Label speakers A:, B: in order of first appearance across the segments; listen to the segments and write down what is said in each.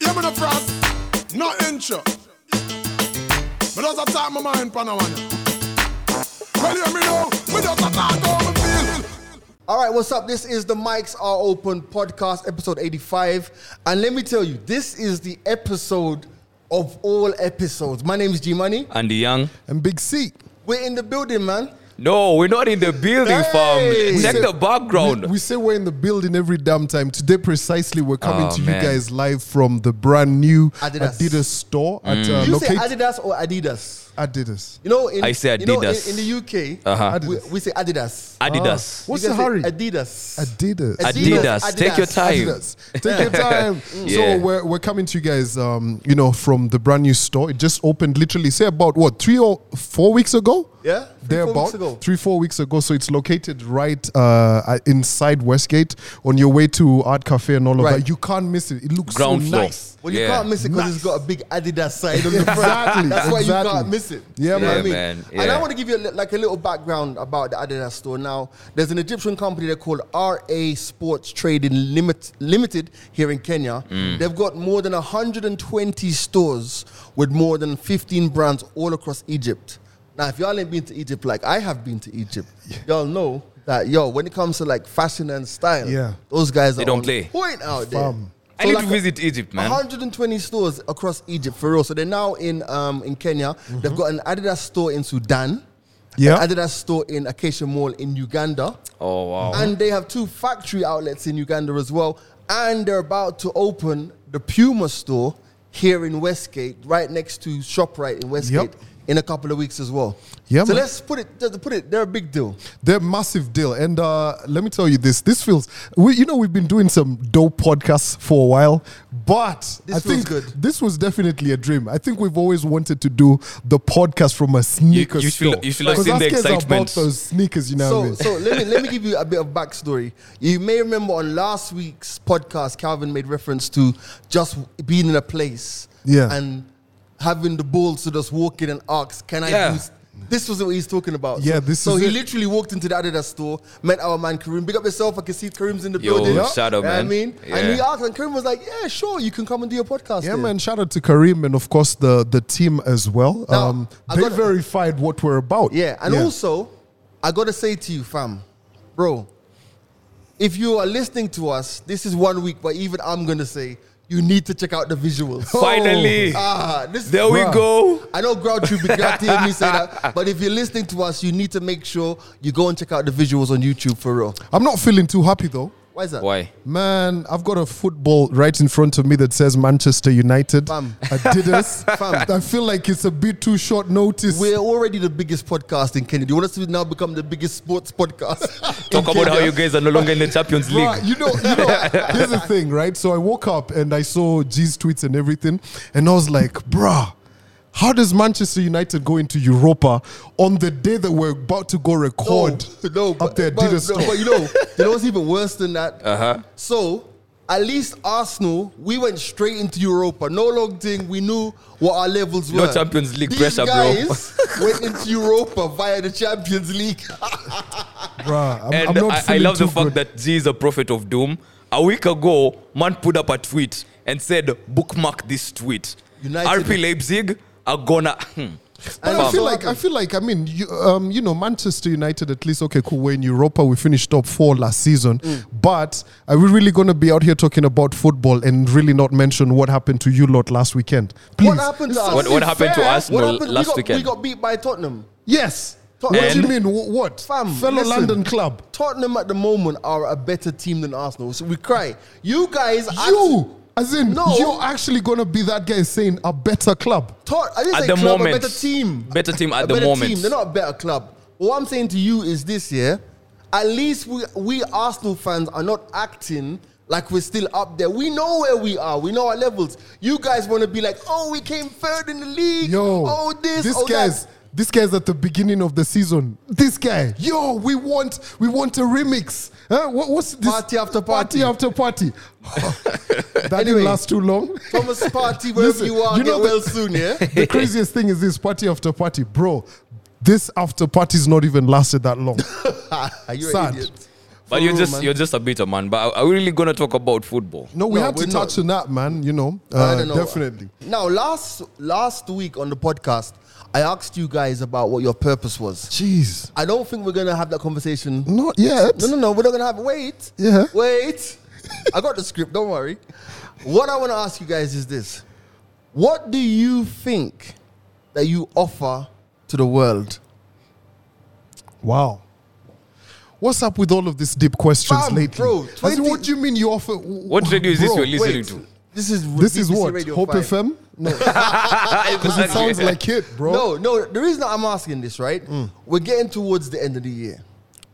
A: Give me the frost, no inch. But those are time my mind, Panawana. Well, you me know, me just a talk how me feel.
B: All right, what's up? This is the Mics Are Open podcast, episode 85. And let me tell you, this is the episode of all episodes. My name is G Money.
C: and the young.
D: and Big C.
B: We're in the building, man.
C: No, we're not in the building,
B: Hey!
C: fam. Check
D: We
C: the
D: say-
C: background.
D: We, we say we're in the building every damn time. Today, precisely, we're coming
C: Oh,
D: to
C: man.
D: you guys live from the brand new
B: Adidas.
D: Adidas, store
C: Mm.
D: at uh,
B: You say
D: locate
B: Adidas or Adidas?
D: Adidas.
B: You know, in,
C: I say
B: you know, in-
C: Adidas.
B: in, the UK,
C: Uh-huh.
B: we,
D: Adidas.
B: we say Adidas.
C: Adidas.
D: What's
B: You
D: the
B: guys say
D: hurry?
B: Adidas. Adidas.
D: Adidas.
C: Adidas. Take your
B: Adidas.
C: time.
D: Adidas. Take your time.
C: Yeah.
D: So we're, we're coming to you guys, um, you know, from the brand new store. It just opened literally, say about what three or four weeks ago.
B: Yeah, three,
D: there
B: four
D: about
B: weeks ago.
D: three four weeks ago. So it's located right uh, uh, inside Westgate on your way to Art Cafe and all of
B: Right.
D: that. You can't miss it. It looks
C: Ground
D: so
C: floor.
D: nice.
B: Well, you
C: Yeah.
B: can't miss it because it's got a big Adidas sign on the front.
D: Exactly,
B: That's why you
D: exactly.
B: can't miss it.
D: Yeah,
B: you know what I
C: man.
B: mean?
C: Yeah, man,
B: And I
C: yeah.
B: want to give you a, li- like a little background about the Adidas store. Now, there's an Egyptian company they're called RA Sports Trading Limit, Limited here in Kenya.
C: Mm.
B: They've got more than 120 stores with more than 15 brands all across Egypt. Now, if y'all ain't been to Egypt like I have been to Egypt, y'all know that yo, when it comes to like fashion and style,
D: Yeah.
B: those guys are
C: don't
B: on
C: play.
B: point out there.
D: Fam.
C: I
B: So
C: need
B: like
C: to
B: a-
C: visit Egypt, man.
B: 120 stores across Egypt for real. So they're now in um, in Kenya. They've got an Adidas store in Sudan.
D: Yeah.
B: An Adidas store in Acacia Mall in Uganda.
C: Oh wow.
B: And they have two factory outlets in Uganda as well. And they're about to open the Puma store here in Westgate, right next to ShopRite in Westgate. In a couple of weeks as well.
D: Yeah,
B: So
D: man.
B: let's put it. Just put it. They're a big deal.
D: They're a massive deal, and uh, let me tell you this: this feels, we, you know, we've been doing some dope podcasts for a while, but
B: This
D: I
B: feels
D: think
B: good.
D: this was definitely a dream. I think we've always wanted to do the podcast from a sneaker
C: you should-
D: store.
C: you should have
D: 'Cause
C: seen
D: us
C: the
D: kids are
C: excitement.
D: about those sneakers, you know. what I
B: So,
D: mean?
B: so let me let me give you a bit of backstory. You may remember on last week's podcast, Calvin made reference to just being in a place
D: Yeah.
B: and having the balls to just walk in and ask, "Can I
C: Yeah.
B: do?" s-" This was what he's talking about.
D: Yeah,
B: so,
D: this
B: so
D: is
B: he
D: it.
B: literally walked into the Adidas store, met our man Kareem. Big up yourself. I can see Kareem's in the
C: Yo,
B: building.
C: shout out,
B: You know what I
C: man.
B: mean, and
C: Yeah.
B: he asked, and Kareem was like, "Yeah, sure, you can come and do your podcast."
D: yeah,
B: there."
D: man. Shout out to Kareem and of course the the team as well.
B: Now,
D: um,
B: I
D: they
B: got-
D: verified what we're about.
B: Yeah, and also, I gotta say to you, fam, bro, if you are listening to us, this is one week, but even I'm gonna say you need to check out the visuals.
C: Finally.
B: ah, this
C: There we
D: Bruh.
C: go.
B: I know Groucho be grati and me say that, but if you're listening to us, you need to make sure you go and check out the visuals on YouTube for real.
D: I'm not feeling too happy though.
B: Why is that?
C: Why?
D: Man, I've got a football right in front of me that says Manchester United.
B: Fam.
D: Adidas.
B: Fam.
D: I feel like it's a bit too short notice.
B: We're already the biggest podcast in Kenya. Do you want us to now become the biggest sports podcast?
C: Talk about how you guys are no longer in the Champions
D: Right,
C: League.
D: you know, you know, here's the thing, right? So I woke up and I saw G's tweets and everything, and I was like, bruh, how does Manchester United go into Europa on the day that we're about to go record
B: No, no,
D: up there
B: but,
D: Adidas
B: but,
D: store?
B: but you know, you know what's even worse than that? Uh-huh. So, at least Arsenal, we went straight into Europa. No long thing, we knew what our levels
C: No
B: were.
C: Champions League
B: These
C: pressure, bro.
B: guys went into Europa via the Champions League.
D: Bruh, I'm, I'm
C: And
D: not
C: I, I
D: feeling
C: love the
D: too
C: fact
D: good.
C: that G is a prophet of doom. A week ago, man put up a tweet and said, bookmark this tweet.
B: United-
C: RP Leipzig are gonna. hmm.
D: But I
C: Fam.
D: feel like I feel like I mean you, um, you know Manchester United at least okay cool we're in Europa we finished top four last season
B: Mm.
D: but are we really going to be out here talking about football and really not mention what happened to you lot last weekend please
B: what happened to us?
C: What- what happened to
B: Fair.
C: Arsenal
B: What happened-
C: last
B: we got,
C: weekend?
B: We got beat by Tottenham.
D: yes what do
C: And-
D: you mean Wh- what
B: Fam,
D: fellow
B: listen.
D: London club
B: Tottenham at the moment are a better team than Arsenal, so we cry. You guys, act-
D: you as in
B: No.
D: you're actually going to be that guy saying a better club
B: Tot- I didn't
C: At
B: say
C: the
B: club,
C: moment.
B: a better team.
C: Better team at
B: a
C: the
B: better
C: moment.
B: Team. They're not a better club. What I'm saying to you is this, yeah. At least we we Arsenal fans are not acting like we're still up there. We know where we are. We know our levels. You guys want to be like, oh, we came third in the league.
D: Yo,
B: oh this,
D: this
B: oh that.
D: guy's this guy's at the beginning of the season. This guy, yo, we want we want a remix. Huh? What, what's this?
B: Party after party.
D: Party after party. that
B: Anyway.
D: didn't last too long.
B: Thomas Party, wherever
D: Listen,
B: you are,
D: you know
B: get
D: the-
B: well soon, yeah.
D: the craziest thing is this party after party, bro. This after party's not even lasted that long.
B: are you an
D: Sad.
B: idiot?
C: But you're
B: real,
C: just
B: man.
C: you're just a bitter man. But are, are we really gonna talk about football?
D: No, we
B: No,
D: had to
B: we're not.
D: touch on that, man. You know,
B: I
D: Uh,
B: don't know.
D: definitely.
B: Now, last last week on the podcast, I asked you guys about what your purpose was.
D: Jeez,
B: I don't think we're gonna have that conversation.
D: not yet.
B: No, no, no. We're not gonna have. Wait.
D: Yeah.
B: Wait. I got the script. Don't worry. What I want to ask you guys is this: What do you think that you offer to the world?
D: Wow. What's up with all of these deep questions
B: Fam,
D: lately?
B: bro,
D: As in,
B: 20
D: what do you mean you offer?
C: What radio is this
D: Bro,
C: you're listening to?
B: This is
D: This is
B: BBC
D: what
B: Radio
D: Hope
B: 5.
D: FM. No, it sounds like it, bro. Mm.
B: No, no. The reason I'm asking this, right? We're getting towards the end of the year.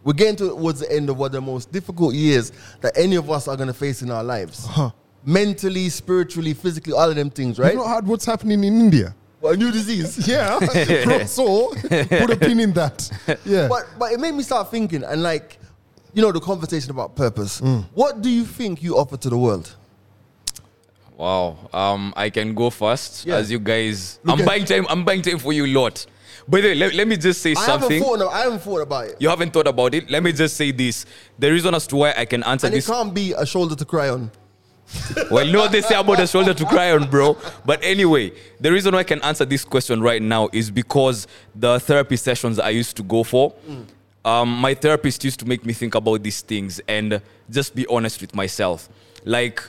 B: We're getting towards the end of one of the most difficult years that any of us are going to face in our lives. Mentally, spiritually, physically, all of them things, right?
D: you not heard what's happening in India.
B: a new disease.
D: Yeah, bro, so put a pin in that. Yeah,
B: But but it made me start thinking and like, you know, the conversation about purpose. What do you think you offer to the world?
C: Wow. Um, I can go first
B: Yeah.
C: as you guys.
B: at-
C: I'm buying time. I'm buying time for you lot. By the way, let, let me just say
B: I haven't
C: something.
B: thought. Of, I haven't thought about it.
C: You haven't thought about it. Let me just say this. The reason as to why I can answer
B: and it
C: this.
B: can't be a shoulder to cry on.
C: Well, you know what they say about the shoulder to cry on, bro. But anyway, the reason why I can answer this question right now is because the therapy sessions I used to go for,
B: Mm.
C: um, my therapist used to make me think about these things and just be honest with myself. Like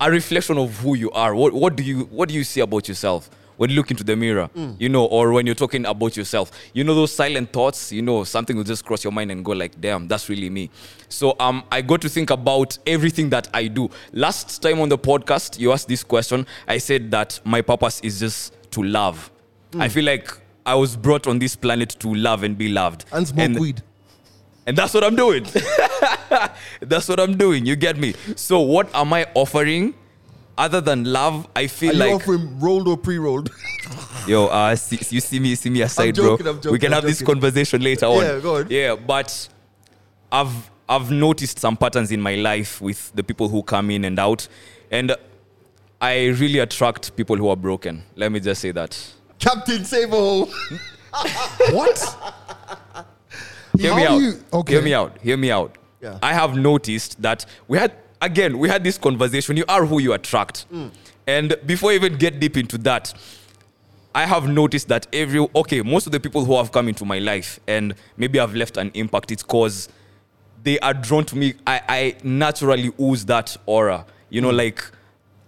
C: a reflection of who you are. What, what do you what do you see about yourself? When you look into the mirror,
B: Mm.
C: you know, or when you're talking about yourself, you know those silent thoughts, you know, something will just cross your mind and go like, damn, that's really me. So um I got to think about everything that I do. Last time on the podcast, you asked this question. I said that my purpose is just to love.
B: Mm.
C: I feel like I was brought on this planet to love and be loved.
B: And smoke weed.
C: And that's what I'm doing. that's what I'm doing. You get me? So what am I offering other than love? I feel
B: Are
C: like
B: you offering rolled or pre-rolled?
C: yo, uh, see, you see me, see me aside,
B: joking,
C: bro.
B: I'm joking,
C: we can
B: I'm
C: have this
B: joking.
C: conversation later on.
B: Yeah, go on.
C: Yeah, but I've I've noticed some patterns in my life with the people who come in and out, and I really attract people who are broken. Let me just say that.
B: Captain Save a Hole.
D: what?
C: Hear
D: How
C: me
D: do
C: out.
D: you- okay.
C: Hear me out. Hear me out.
B: Yeah.
C: I have noticed that we had again we had this conversation. You are who you attract,
B: Mm.
C: and before I even get deep into that, I have noticed that every okay, most of the people who have come into my life and maybe have left an impact, it's cause they are drawn to me. I, I naturally ooze that aura. You know, like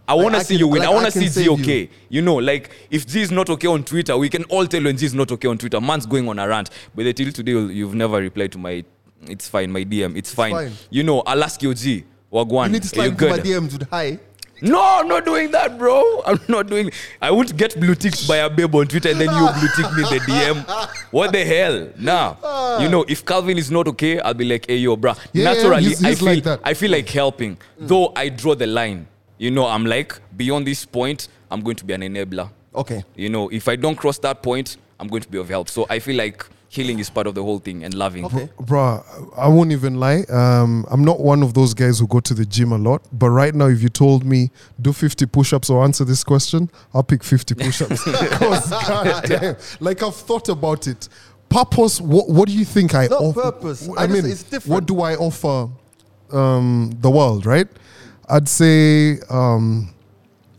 C: I want to
B: I
C: see
B: can-
C: you win.
B: Mm. like,
C: I want
B: I
C: to
B: can
C: see
B: save
C: G
B: you.
C: okay. You. know, like if G is not okay on Twitter, we can all tell when G is not okay on Twitter. Man's going on a rant, but till today you'll- you've never replied to my. It's fine, my DM. It's, fine.
B: fine.
C: You know, I'll ask you, G. Wagwan,
B: You need to
C: are you
B: slide into my
C: good?
B: DMs with hi.
C: No, I'm not doing that, bro. I'm not doing. I would get blue ticked by a babe on Twitter, and then you blue tick me the DM. What the hell? Nah. You know, if Calvin is not okay, I'll be like, "Hey, yo, bro."
D: Yeah, yeah,
C: Naturally,
D: he's-
C: I
D: he's
C: feel
D: like that.
C: I feel like helping, though I draw the line. You know, I'm like beyond this point, I'm going to be an enabler.
B: Okay.
C: You know, if I don't cross that point, I'm going to be of help. So I feel like healing is part of the whole thing and loving.
B: Okay.
D: Bruh, I won't even lie. Um, I'm not one of those guys who go to the gym a lot. But right now, if you told me do 50 push-ups or answer this question, I'll pick 50 push-ups. 'Cause, goddamn, like I've thought about it. Purpose. What, what do you think I
B: Not
D: offer?
B: purpose.
D: I,
B: I just-
D: mean,
B: it's different.
D: what do I offer um, the world? Right. I'd say. Um,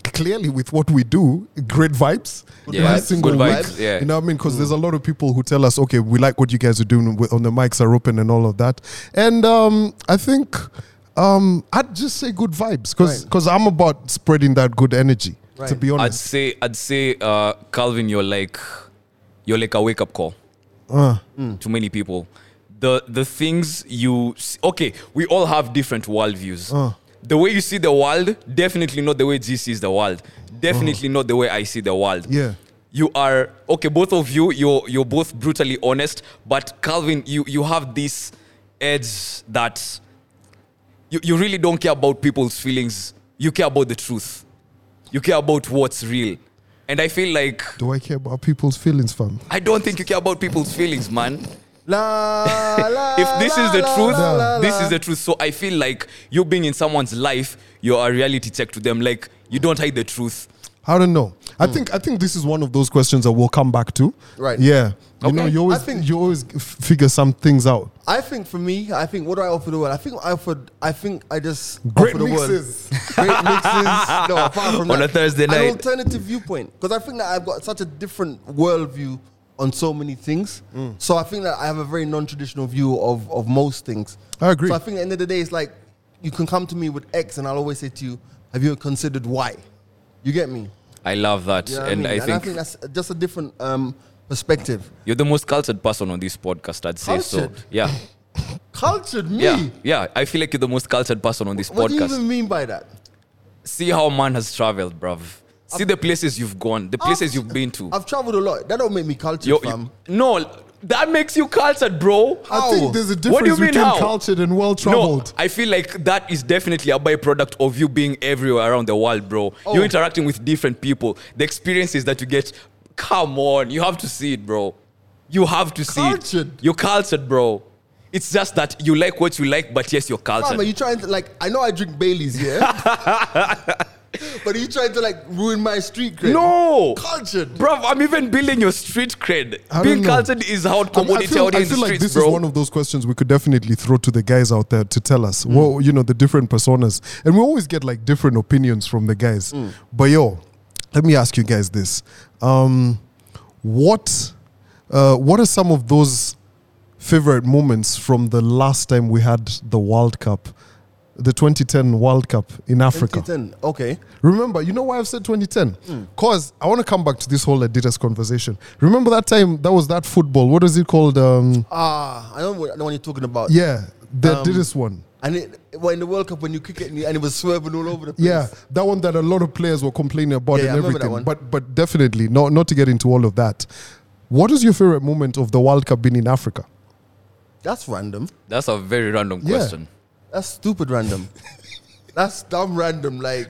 D: Clearly, with what we do, great vibes
C: Yeah,
D: every
C: vibes.
D: single
C: Good
D: week.
C: vibes, yeah. Mm.
D: You know what I mean? Because there's a lot of people who tell us, okay, we like what you guys are doing with, on the mics are open and all of that. And um, I think um, I'd just say good vibes because
B: Right.
D: I'm about spreading that good energy, to
B: Right.
D: be
C: I'd
D: honest.
C: say, I'd say, uh, Calvin, you're like, you're like a wake up call.
D: Uh,
C: to many people. The the things you s- okay, we all have different worldviews. The way you see the world, definitely not the way G sees the world. Definitely not the way I see the world.
D: Yeah.
C: You are okay, both of you, you're you're both brutally honest, but Calvin, you you have this edge that you, you really don't care about people's feelings. You care about the truth. You care about what's real. And I feel like
D: Do I care about people's feelings, fam?
C: I don't think you care about people's feelings, man
B: La, la,
C: if this
B: la,
C: is the
B: la,
C: truth,
B: la, la,
C: this
B: la.
C: is the truth. So I feel like you being in someone's life, you're a reality check to them. Like you don't hide the truth.
D: I don't know. I
C: Hmm.
D: think I think this is one of those questions that we'll come back to.
B: Right.
D: Yeah. You
C: Okay.
D: know, you always
B: I think-
D: you always f- figure some things out.
B: I think for me, I think what do I offer the world? I think I offered. I think I just
D: Great
B: offer the world.
D: mixes.
B: great mixes. No, apart from
C: On
B: that,
C: a Thursday
B: an
C: night.
B: alternative viewpoint because I think that I've got such a different worldview on so many things.
D: Mm.
B: So I think that I have a very non-traditional view of of most things.
D: I agree.
B: So I think at the end of the day, it's like you can come to me with X, and I'll always say to you, "Have you considered Y?" You get me?
C: I love that.
B: You know what
C: and
B: I, mean? and
C: I
B: I
C: think
B: think that's just a different um, perspective.
C: you're the most cultured person on this podcast, I'd say. So
B: Cultured?
C: yeah.
B: Cultured me.
C: Yeah. Yeah. I feel like you're the most cultured person on this
B: What do you
C: podcast.
B: even mean by that?
C: See how man has traveled, bruv. See the places you've gone, the places you've been to.
B: I've traveled a lot. That don't make me cultured,
C: Yo-
B: Ah, fam.
C: no, that makes you cultured, bro.
D: I think there's a
C: What do you
D: difference
C: mean,
D: between
C: how?
D: cultured and well
C: No,
D: traveled.
C: I feel like that is definitely a byproduct of you being everywhere around the world, bro.
D: Oh.
C: You're interacting with different people. The experiences that you get, come on, you have to see it, bro. You have to see
B: Cultured.
C: it. You're cultured, bro. It's just that you like what you like, but yes, you're cultured.
B: Fam, are you trying to like? I know I drink Bailey's, yeah. but are you trying to like ruin my street cred?
C: no,
B: cultured.
C: bro. I'm even building your street cred.
D: I don't
C: Being
D: know.
C: cultured is how
D: I mean, I
C: commodity
D: feel,
C: out here
D: I
C: in the
D: feel like
C: streets,
D: this
C: bro.
D: is one of those questions we could definitely throw to the guys out there to tell us, well, you know, the different personas. And we always get like different opinions from the guys.
C: Mm.
D: But yo, let me ask you guys this. Um, what, uh, what are some of those favorite moments from the last time we had the World Cup, the 2010 World Cup in Africa?
B: 2010. Okay.
D: Remember, you know why I've said 2010?
C: Mm.
D: Because I want to come back to this whole Adidas conversation. Remember that time that was that football? What was it called? Um,
B: Ah, I know what, I know what you're talking about.
D: yeah, the Adidas one.
B: And it, well, in the World Cup when you kick it and it and it was swerving all over the place.
D: Yeah, that one that a lot of players were complaining about
B: Yeah, yeah, I
D: and
B: remember that
D: everything.
B: one.
D: But but definitely not not to get into all of that. What is your favorite moment of the World Cup being in Africa?
B: That's random.
C: That's a very random
D: Yeah.
C: question.
B: That's stupid random. That's dumb random. Like,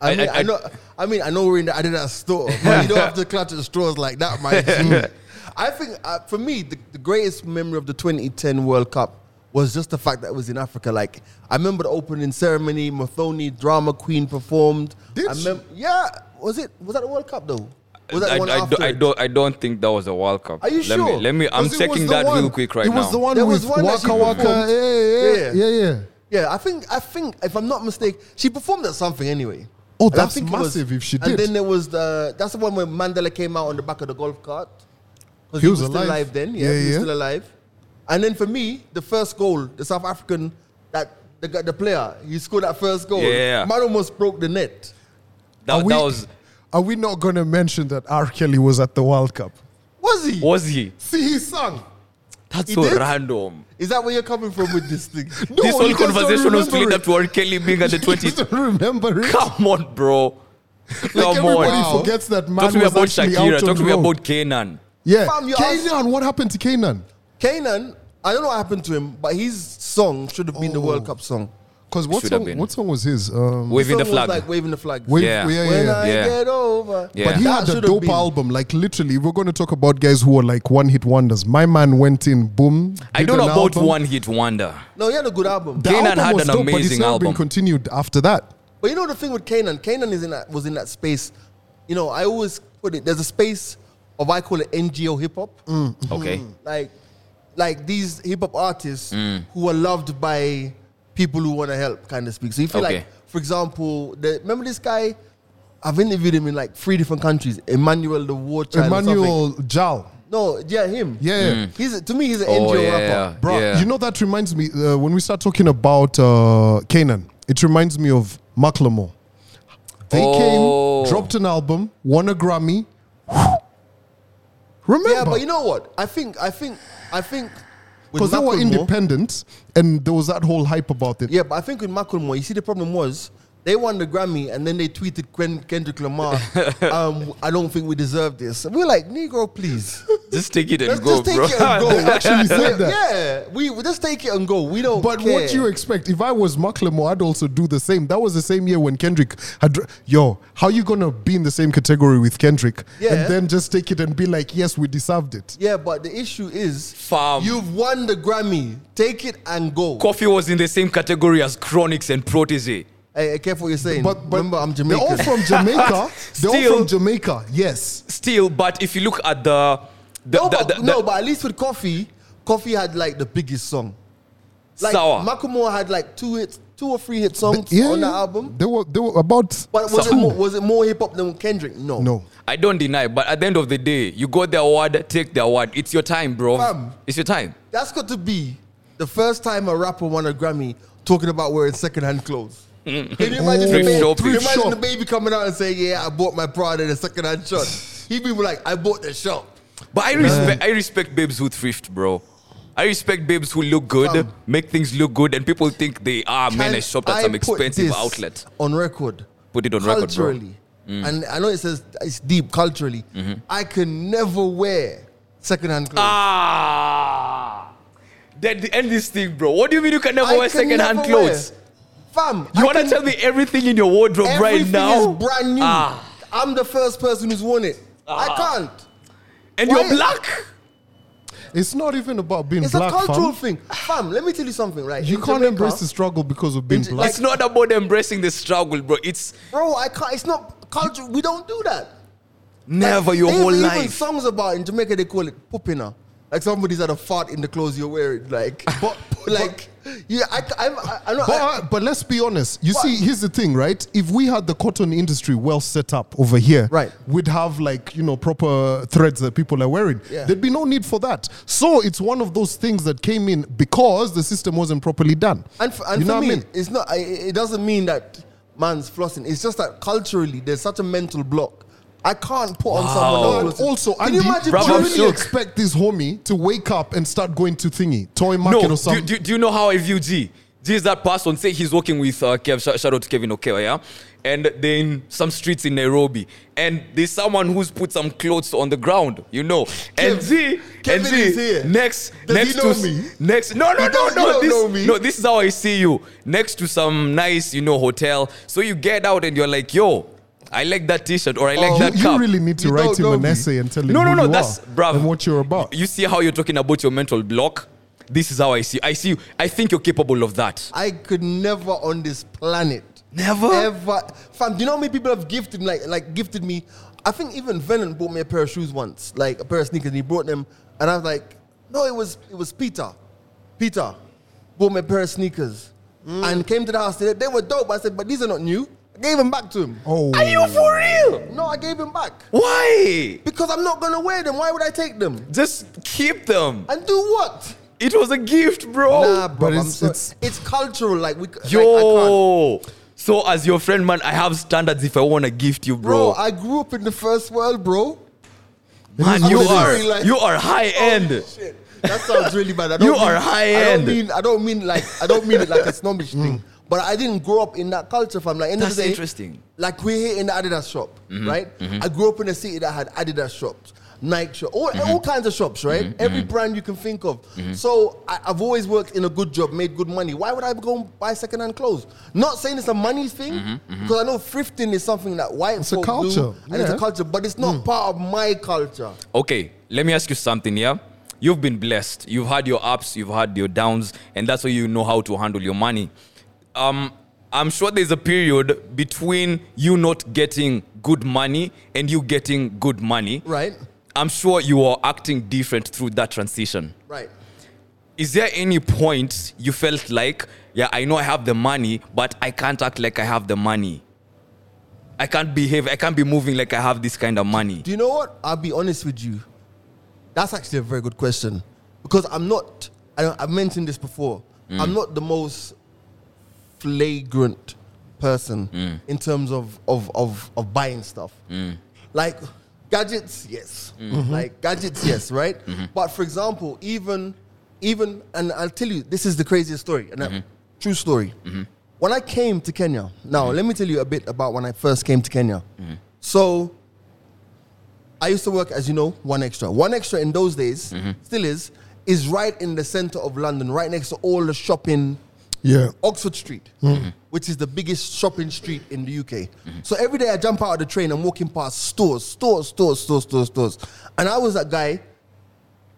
B: I,
C: I-
B: mean,
C: I-
B: I, know. I mean, I know we're in the Adidas store, but you don't have to clutch at straws like that, my G. I think uh, for me, the, the greatest memory of the 2010 World Cup was just the fact that it was in Africa. Like, I remember the opening ceremony. Mathoni, drama queen, performed.
D: Did
B: I
D: she?
B: Yeah. Was it? Was that the World Cup though? Was that
C: I,
B: the one
C: I,
B: after?
C: do, I
B: it?
C: don't. I don't think that was a World Cup.
B: Are you
C: let Me,
B: sure?
C: let me. I'm
D: 'Cause it was
C: checking
D: the
C: that
D: one-
C: real quick right
D: It was
C: now.
D: the one
B: There
D: with
B: was one that she
D: Waka Waka.
B: performed.
D: Yeah, yeah, yeah,
B: Yeah. Uh,
D: yeah.
B: Yeah, I think I think if I'm not mistaken, she performed at something anyway.
D: Oh,
B: And I
D: that's
B: think it was-
D: massive if she
B: And
D: did.
B: then there was the that's the one where Mandela came out on the back of the golf cart. 'Cause
D: He was alive.
B: still alive then. Yeah,
D: Yeah,
B: he
D: yeah.
B: was still alive. And then for me, the first goal, the South African that the, guy- the player, he scored that first goal.
C: Yeah.
B: Man almost broke the net.
C: That,
D: Are we-
C: that was.
D: Are we not going to mention that R. Kelly was at the World Cup?
B: Was he?
C: Was he?
D: See, he sang.
C: That's
B: He
C: so
B: did?
C: random.
B: Is that where you're coming from with this thing?
C: this
D: No,
C: whole
D: you guys don't
C: conversation was
D: remember
C: leading
D: it.
C: up to R. Kelly being at the 20th.
D: remember it.
C: Come on, bro.
D: Like
C: Come
D: everybody
C: on.
D: forgets that man
C: Talk to me
D: was
C: about
D: actually
C: Shakira.
D: out on
C: Talk to me
D: loan.
C: about Kanan.
D: yeah.
B: Fam, you
D: Kanan,
B: asked-
D: what happened to Kanan?
B: Kanan, I don't know what happened to him, but his song should have been the
D: Oh.
B: World Cup song.
D: Because what
C: Should have
D: song?
C: been.
D: What song was his? Um,
C: Waving the
B: Song was
C: flag.
B: like waving the flag.
D: Wave-
C: Yeah.
D: yeah, yeah,
B: when
D: yeah.
B: I
C: Yeah.
B: get over.
C: Yeah.
D: But he
B: That
D: had a
B: should have
D: dope
B: been-
D: album. Like literally, we're going to talk about guys who were like one hit wonders. My man went in, boom.
C: I
D: did
C: don't know
D: an
C: about
D: album.
C: one hit wonder.
B: No, he had a good album.
D: The
C: Kanan
D: album
C: had an
D: was dope, but it's
C: amazing
D: never
C: album.
D: Been continued after that.
B: But you know the thing with Kanan, Kanan is in that was in that space. You know, I always put it. There's a space of I call it NGO hip hop,
D: Mm.
C: Okay.
B: like like these hip hop artists
C: Mm.
B: who are loved by people who want to help, kind of speak. So you feel
C: Okay.
B: like, for example, the, remember this guy? I've interviewed him in like three different countries. Emmanuel the War Child. or something.
D: Emmanuel Jal.
B: No, yeah, him.
D: Yeah.
B: He's to me, he's an
C: Oh,
B: NGO
C: yeah,
B: rapper.
D: Bro,
C: Mm. Yeah.
D: you know that reminds me uh, when we start talking about uh, Kanan, it reminds me of Macklemore. They
C: Oh.
D: came, dropped an album, won a Grammy. Remember?
B: Yeah, but you know what? I think, I think, I think. with
D: because they were
B: Macklemore-
D: independent, and there was that whole hype about it.
B: Yeah, but I think with Macklemore, you see, the problem was they won the Grammy and then they tweeted Ken- Kendrick Lamar, um, I don't think we deserve this. We're like, Negro, please.
C: Just take it and
B: Let's
C: go,
B: just take
C: bro.
B: it and go.
D: actually said that.
B: Yeah, we we just take it and go. We don't
D: But
B: care.
D: what you expect? If I was Macklemore, I'd also do the same. That was the same year when Kendrick had. Yo, how you gonna be in the same category with Kendrick
B: Yeah.
D: and then just take it and be like, yes, we deserved it?
B: Yeah, but the issue is
C: Fam.
B: you've won the Grammy. Take it and go.
C: Coffee was in the same category as Chronics and Protege.
B: Hey, careful what you're saying.
D: But, but
B: Remember, I'm
D: They're all
B: Jamaican.
D: from Jamaica. they're all
C: Still-
D: from Jamaica. Yes.
C: Still, but if you look at the, the,
B: no,
C: the-
B: but,
C: the-
B: no,
C: the-
B: but at least with Coffee, Coffee had like the biggest song. Like
C: Sour.
B: Macklemore had like two hits, two or three hit songs
D: Yeah,
B: on the
D: yeah.
B: album.
D: They were they were about
B: But was it
C: Sour.
B: more, was it more hip hop than Kendrick? No.
D: no.
C: I don't deny. But at the end of the day, you got the award, take the award. It's your time, bro.
B: Fam.
C: It's your time.
B: That's got to be the first time a rapper won a Grammy talking about wearing secondhand clothes. Can you imagine, the
C: Mm. Thrift
B: baby, can
C: shopping.
D: Oh.
B: you imagine
D: Thrift
B: the baby coming out and saying, Yeah, I bought my Prada in a secondhand shop? He'd be like, I bought the shop.
C: But I respect, I respect babes who thrift, bro. I respect babes who look good,
B: Fam.
C: make things look good, and people think they are men. I
B: Can
C: shopped at
B: I
C: some
B: put
C: expensive
B: this
C: outlet.
B: On record.
C: Put it on record, bro. Mm.
B: culturally. And I know it says it's deep culturally.
C: Mm-hmm.
B: I can never wear secondhand clothes.
C: Ah, then the- end this thing, bro. What do you mean you can never
B: I
C: wear
B: can
C: secondhand
B: never
C: clothes?
B: Wear. Fam,
C: You
B: I
C: wanna
B: can-
C: tell me everything in your wardrobe right
B: everything
C: now?
B: is brand new.
C: Ah.
B: I'm the first person who's worn it. I can't.
C: and
B: Why-
C: you're black.
D: It's not even about being
B: It's
D: black.
B: a cultural
D: fam.
B: thing. Fam, let me tell you something, right?
D: You
B: In
D: can't
B: Jamaica-
D: embrace the struggle because of being
B: In Ja-
D: black.
C: it's not about embracing the struggle, bro. It's
B: Bro, I can't. It's not cultural. We don't do that.
C: never your
B: There's
C: whole
B: even
C: life.
B: songs about in Jamaica, they call it poopina. Like somebody's had a fart in the clothes you're wearing. Like, but, like, yeah, I, ca- I'm, I, I'm not. I,
D: But, but let's be honest. You
B: But-
D: see, here's the thing, right? If we had the cotton industry well set up over here,
B: Right.
D: we'd have like you know proper threads that people are wearing.
B: Yeah.
D: There'd be no need for that. So it's one of those things that came in because the system wasn't properly done.
B: and for, and
D: you know
B: for
D: what
B: me,
D: I mean?
B: it's not. I, it doesn't mean that man's flossing. It's just that culturally, there's such a mental block. I can't put on
C: Wow.
B: someone
D: And
B: else's clothes.
D: also,
B: can
D: Andy,
B: you imagine?
D: do
C: Bravo,
D: you
B: putting-
C: I'm
D: really
C: shook.
D: expect this homie to wake up and start going to thingy, toy market
C: No,
D: or
C: do,
D: something?
C: do, do you know how I view G? G is that person, say he's working with uh, Kev, shout, shout out to Kevin Okewa, yeah? And they're in some streets in Nairobi. And there's someone who's put some clothes on the ground, you know. And
B: Kev-
C: Z, and
B: Kevin
C: Z,
B: is here.
C: next,
B: Does
C: next
B: he
C: to,
B: know
C: s-
B: me?
C: next, no, no,
B: He
C: no,
B: don't- he
C: no,
B: don't
C: this,
B: know me.
C: no, this is how I see you. Next to some nice, you know, hotel. So you get out and you're like, yo, I like that t-shirt or I like
D: You-
C: that
D: you,
C: cup.
D: really need to
B: Oh, You
D: write
B: don't
D: him
B: know
D: an
B: me.
D: essay and tell him
C: No,
D: who
C: no, no.
D: you
C: That's
D: are
C: bruv.
D: and what you're about.
C: You see how you're talking about your mental block. This is how I see. I see. You. I think you're capable of that.
B: I could never on this planet.
C: Never?
B: Ever. Fam, do you know how many people have gifted me? Like, like gifted me. I think even Venom bought me a pair of shoes once, like a pair of sneakers, and he brought them. And I was like, no, it was it was Peter. Peter bought me a pair of sneakers
D: Mm.
B: and came to the house. They, they were dope. I said, but these are not new. I gave them back to him.
D: oh,
C: Are you for real?
B: No, I gave them back
C: Why?
B: because I'm not gonna wear them. Why would I take them?
C: Just keep them.
B: And do what?
C: It was a gift, bro.
B: nah, bro.
D: but
B: I'm
D: it's-
B: sorry.
D: it's-
B: it's cultural. Like we, c- like, I can't.
C: Yo. so as your friend, man, I have standards if I want to gift you,
B: Bro,
C: bro.
B: I grew up in the first world, bro.
C: man,
B: I'm
C: you are
B: sorry, like- Oh.
C: you are high end.
B: Shit. That sounds really bad. I don't
C: You
B: mean,
C: are high end. Mm.
B: I don't mean I don't mean like I don't mean it like a snobbish thing. But I didn't grow up in that culture, fam. Like end of
C: That's
B: the day,
C: interesting. Mm-hmm.
B: Like we're here in the Adidas shop, right? I grew up in a city that had Adidas shops, Nike shop, all,
C: Mm-hmm.
B: all kinds of shops, right? Every brand you can think of. So I, I've always worked in a good job, made good money. Why would I go and buy secondhand clothes? Not saying it's a money thing,
C: Mm-hmm.
B: because I know thrifting is something that white
D: a
B: folk
D: culture,
B: do, and it's a
D: yeah.
B: culture, but it's
C: Mm.
B: not part of my culture.
C: Okay, let me ask you something, yeah? You've been blessed. You've had your ups, you've had your downs, and that's why you know how to handle your money. Um, I'm sure there's a period between you not getting good money and you getting good money.
B: Right?
C: I'm sure you are acting different through that transition.
B: Right.
C: Is there any point you felt like, yeah, I know I have the money, but I can't act like I have the money? I can't behave, I can't be moving like I have this kind of money.
B: Do you know what? I'll be honest with you. That's actually a very good question because I'm not. I, I've mentioned this before. I'm not the most flagrant person in terms of of of, of buying stuff. Like gadgets, yes. Mm-hmm. Like gadgets, yes, right? But for example, even even and I'll tell you this is the craziest story and a true story. When I came to Kenya, now let me tell you a bit about when I first came to Kenya. So I used to work, as you know, one extra. One extra in those days, still is, is right in the center of London, right next to all the shopping
D: Yeah.
B: Oxford Street, which is the biggest shopping street in the UK. So every day I jump out of the train, I'm walking past stores, stores, stores, stores, stores, stores. And I was that guy,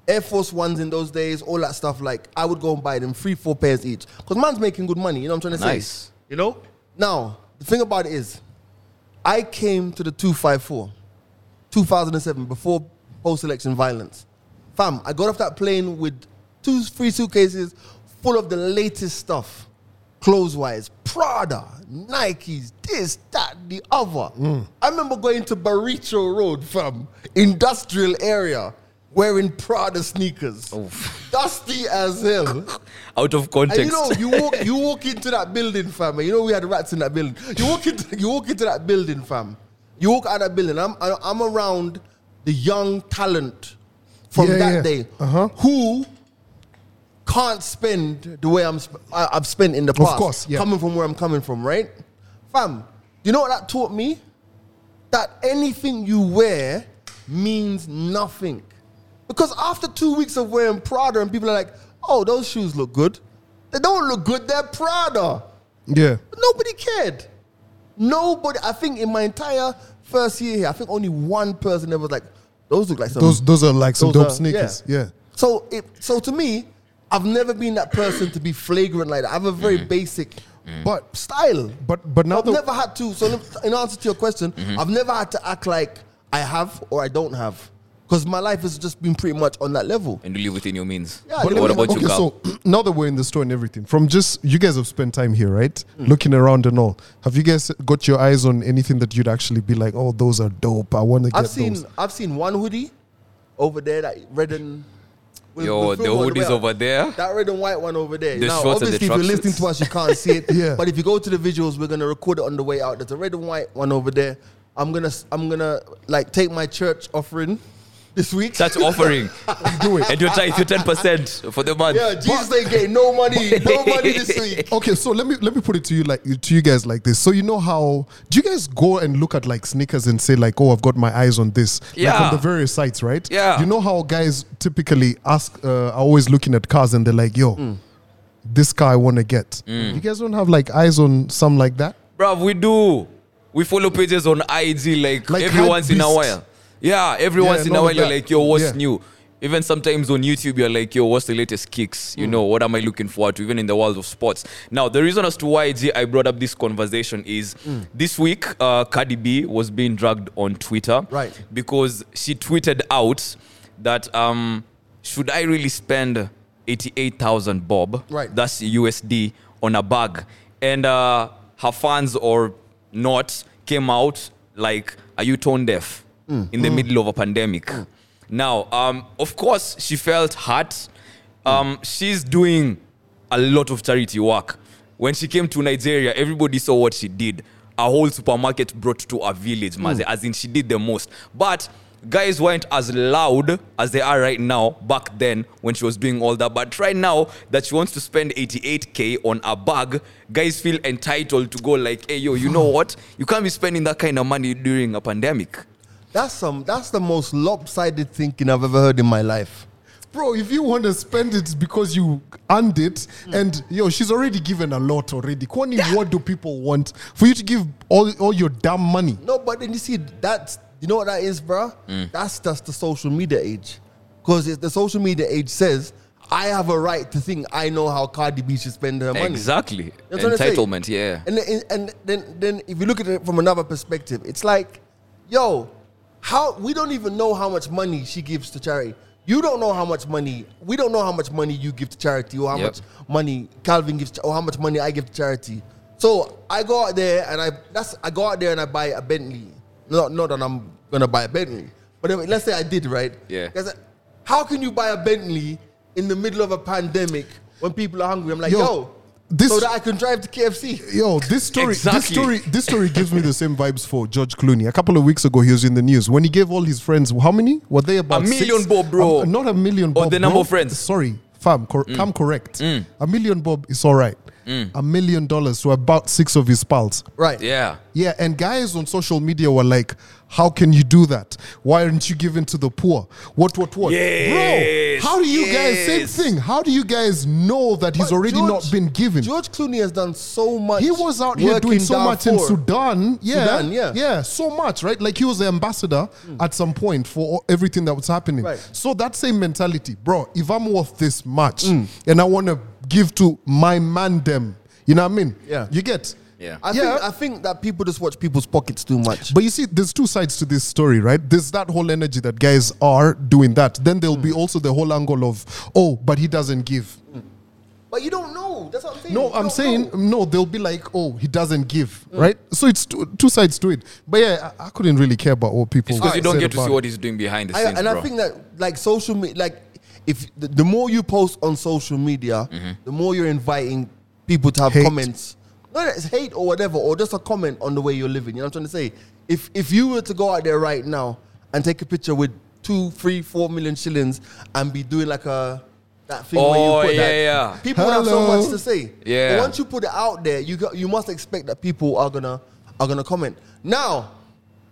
B: Air Force Ones in those days, all that stuff. Like, I would go and buy them three, four pairs each. Because man's making good money, you know what I'm trying to
C: Nice.
B: say? You know? Now, the thing about it is, I came to the 254, 2007, before post election violence. Fam, I got off that plane with two free suitcases full of the latest stuff, clothes wise Prada, Nikes, this, that, the other. I remember going to Baricho Road, fam, industrial area, wearing Prada sneakers. Dusty as hell.
C: Out of context.
B: And you know, you walk you walk into that building, fam. And you know we had rats in that building. You walk into you walk into that building, fam. You walk out of that building. I'm I- I'm around the young talent from
D: Yeah,
B: that
D: yeah.
B: day
D: Uh-huh.
B: who can't spend the way I'm sp- I, I've spent in the past.
D: course, yeah.
B: coming from where I'm coming from, right, fam? You know what that taught me? That anything you wear means nothing. Because after two weeks of wearing Prada and people are like, oh, those shoes look good. They don't look good, they're Prada.
D: Yeah.
B: But nobody cared. Nobody, I think in my entire first year here, I think only one person ever was like, those look like some
D: Those those are like some
B: those
D: dope
B: are-
D: sneakers. Yeah.
B: So it so to me, I've never been that person to be flagrant like that. I have a very basic
D: But
B: style.
D: but but now
B: I've
D: the
B: never had to. So let- in answer to your question, I've never had to act like I have or I don't have because my life has just been pretty much on that level.
C: and you live within your means.
B: Yeah,
D: But
B: I
C: what
D: let me-
B: live
C: about
D: okay,
C: you, Carl?
D: so now that we're in the store and everything, from just you guys have spent time here, right?
B: Mm.
D: Looking around and all. Have you guys got your eyes on anything that you'd actually be like, oh, those are dope. I want to get
B: I've seen
D: those.
B: I've seen one hoodie over there that red and with-
C: Yo,
B: with
C: the
B: film on
C: hoodies
B: way up.
C: over there.
B: That red and white one over there.
C: The
B: now,
C: shorts and
B: obviously,
C: the
B: if you're
C: tracksuits.
B: listening to us, you can't see it.
D: Yeah.
B: But if you go to the visuals, we're gonna record it on the way out. There's a red and white one over there. I'm gonna I'm gonna like take my church offering this week.
C: That's offering.
D: Do it.
C: and your tithe, your 10% for the month.
B: yeah, Jesus ain't getting no money, no money this week.
D: okay, so let me let me put it to you like to you guys like this. So you know how do you guys go and look at like sneakers and say like, oh, I've got my eyes on this, like
C: Yeah.
D: on the various sites, right?
C: Yeah.
D: You know how guys typically ask, uh, are always looking at cars and they're like, yo,
C: Mm.
D: this car I want to get. You guys don't have like eyes on some like that.
C: Bruv, we do. We follow pages on IG like,
D: Like
C: every
D: hype
C: once in a
D: beast.
C: while. Yeah, every
D: Yeah,
C: once in
D: and
C: a
D: all
C: while
D: of
C: you're
D: that.
C: like, yo, what's
D: Yeah.
C: new? Even sometimes on YouTube, you're like, yo, what's the latest kicks?
D: Mm.
C: You know, what am I looking forward to, even in the world of sports? Now, the reason as to why G, I brought up this conversation is
D: Mm.
C: this week, uh, Cardi B was being dragged on Twitter.
B: Right.
C: Because she tweeted out that, um, should I really spend 88,000 Bob?
B: Right.
C: That's USD on a bag. And uh, her fans or not came out like, are you tone deaf in the middle of a pandemic? Now, um, of course, she felt hurt. Um, She's doing a lot of charity work. When she came to Nigeria, everybody saw what she did. A whole supermarket brought to a village,
B: Hmm.
C: Maze, as in she did the most. But guys weren't as loud as they are right now back then when she was doing all that but right now that she wants to spend 88k on a bag guys feel entitled to go like hey yo you
B: Hmm.
C: know what you can't be spending that kind of money during a pandemic
B: That's some that's the most lopsided thinking I've ever heard in my life.
D: Bro, if you want to spend it because you earned it,
C: Mm.
D: and yo, she's already given a lot already. Kwani, what do people want for you to give all, all your damn money?
B: No, but then you see that's you know what that is, bruh? That's just the social media age. Because the social media age says I have a right to think I know how Cardi B should spend her money.
C: exactly
B: That's what I say.
C: entitlement yeah
B: And then, and then then if you look at it from another perspective, it's like, yo, how we don't even know how much money she gives to charity. You don't know how much money we don't know how much money you give to charity or how
C: Yep.
B: much money Calvin gives to- or how much money I give to charity. So I go out there and I that's I go out there and I buy a Bentley. Not not that I'm gonna buy a Bentley, but anyway, let's say I did right.
C: Yeah.
B: That's a- How can you buy a Bentley in the middle of a pandemic when people are hungry? I'm like, yo,
D: Yo, this-
B: so that I can drive to KFC.
D: Yo, this story, this
C: Exactly.
D: story, this story gives me the same vibes for George Clooney. A couple of weeks ago, he was in the news when he gave all his friends. How many were they? About six?
C: million bob, bro.
D: Um, not a million.
C: Or
D: bob,
C: the number
D: bro.
C: of friends. Mm.
D: Sorry, fam. Cor- Come correct. A million bob is all right. A million dollars to about six of his pals.
B: Right.
C: yeah
D: Yeah, and guys on social media were like, "How can you do that? Why aren't you giving to the poor? What, what, what?
C: Yes,
D: Bro, how do you guys?
C: yes.
D: Same thing. How do you guys know that he's
B: But
D: already
B: George-
D: not been given?
B: George Clooney has done so much.
D: he was out here doing so much in Sudan. Yeah,
B: Sudan, yeah. Hmm.
D: yeah, so much, right? Like he was the ambassador at some point for all- everything that was happening.
B: Right.
D: So that same mentality, bro. If I'm worth this
B: Hmm.
D: much and I want to give to my man, them, you know what I mean?
B: Yeah.
D: you get.
C: Yeah.
B: I
D: Yeah.
B: think I think that people just watch people's pockets too much.
D: But you see, there's two sides to this story, right? There's that whole energy that guys are doing that. Then
B: Hmm.
D: there'll be also the whole angle of, oh, but he doesn't give.
B: But you don't know. That's what I'm saying.
D: No,
B: You
D: I'm
B: don't
D: saying,
B: know.
D: no, Mm. they'll be like, oh, he doesn't give, right? So it's two, two sides to it. But yeah, I, I couldn't really care about what people
C: It's because you don't
D: said
C: get to see
D: about-
C: what he's doing behind the
B: I,
C: scenes,
B: and
C: bro.
B: I think that like social media, like if the, the more you post on social media,
C: Mm-hmm.
B: the more you're inviting people to have
D: Hate.
B: comments. No, it's hate or whatever, or just a comment on the way you're living. You know what I'm trying to say? If if you were to go out there right now and take a picture with two, three, four million shillings and be doing like a that thing
C: Oh,
B: where you put
C: yeah,
B: that,
C: yeah.
B: people would have so
D: Hello.
B: much to say.
C: Yeah.
B: But once you put it out there, you got, you must expect that people are gonna are gonna comment. Now,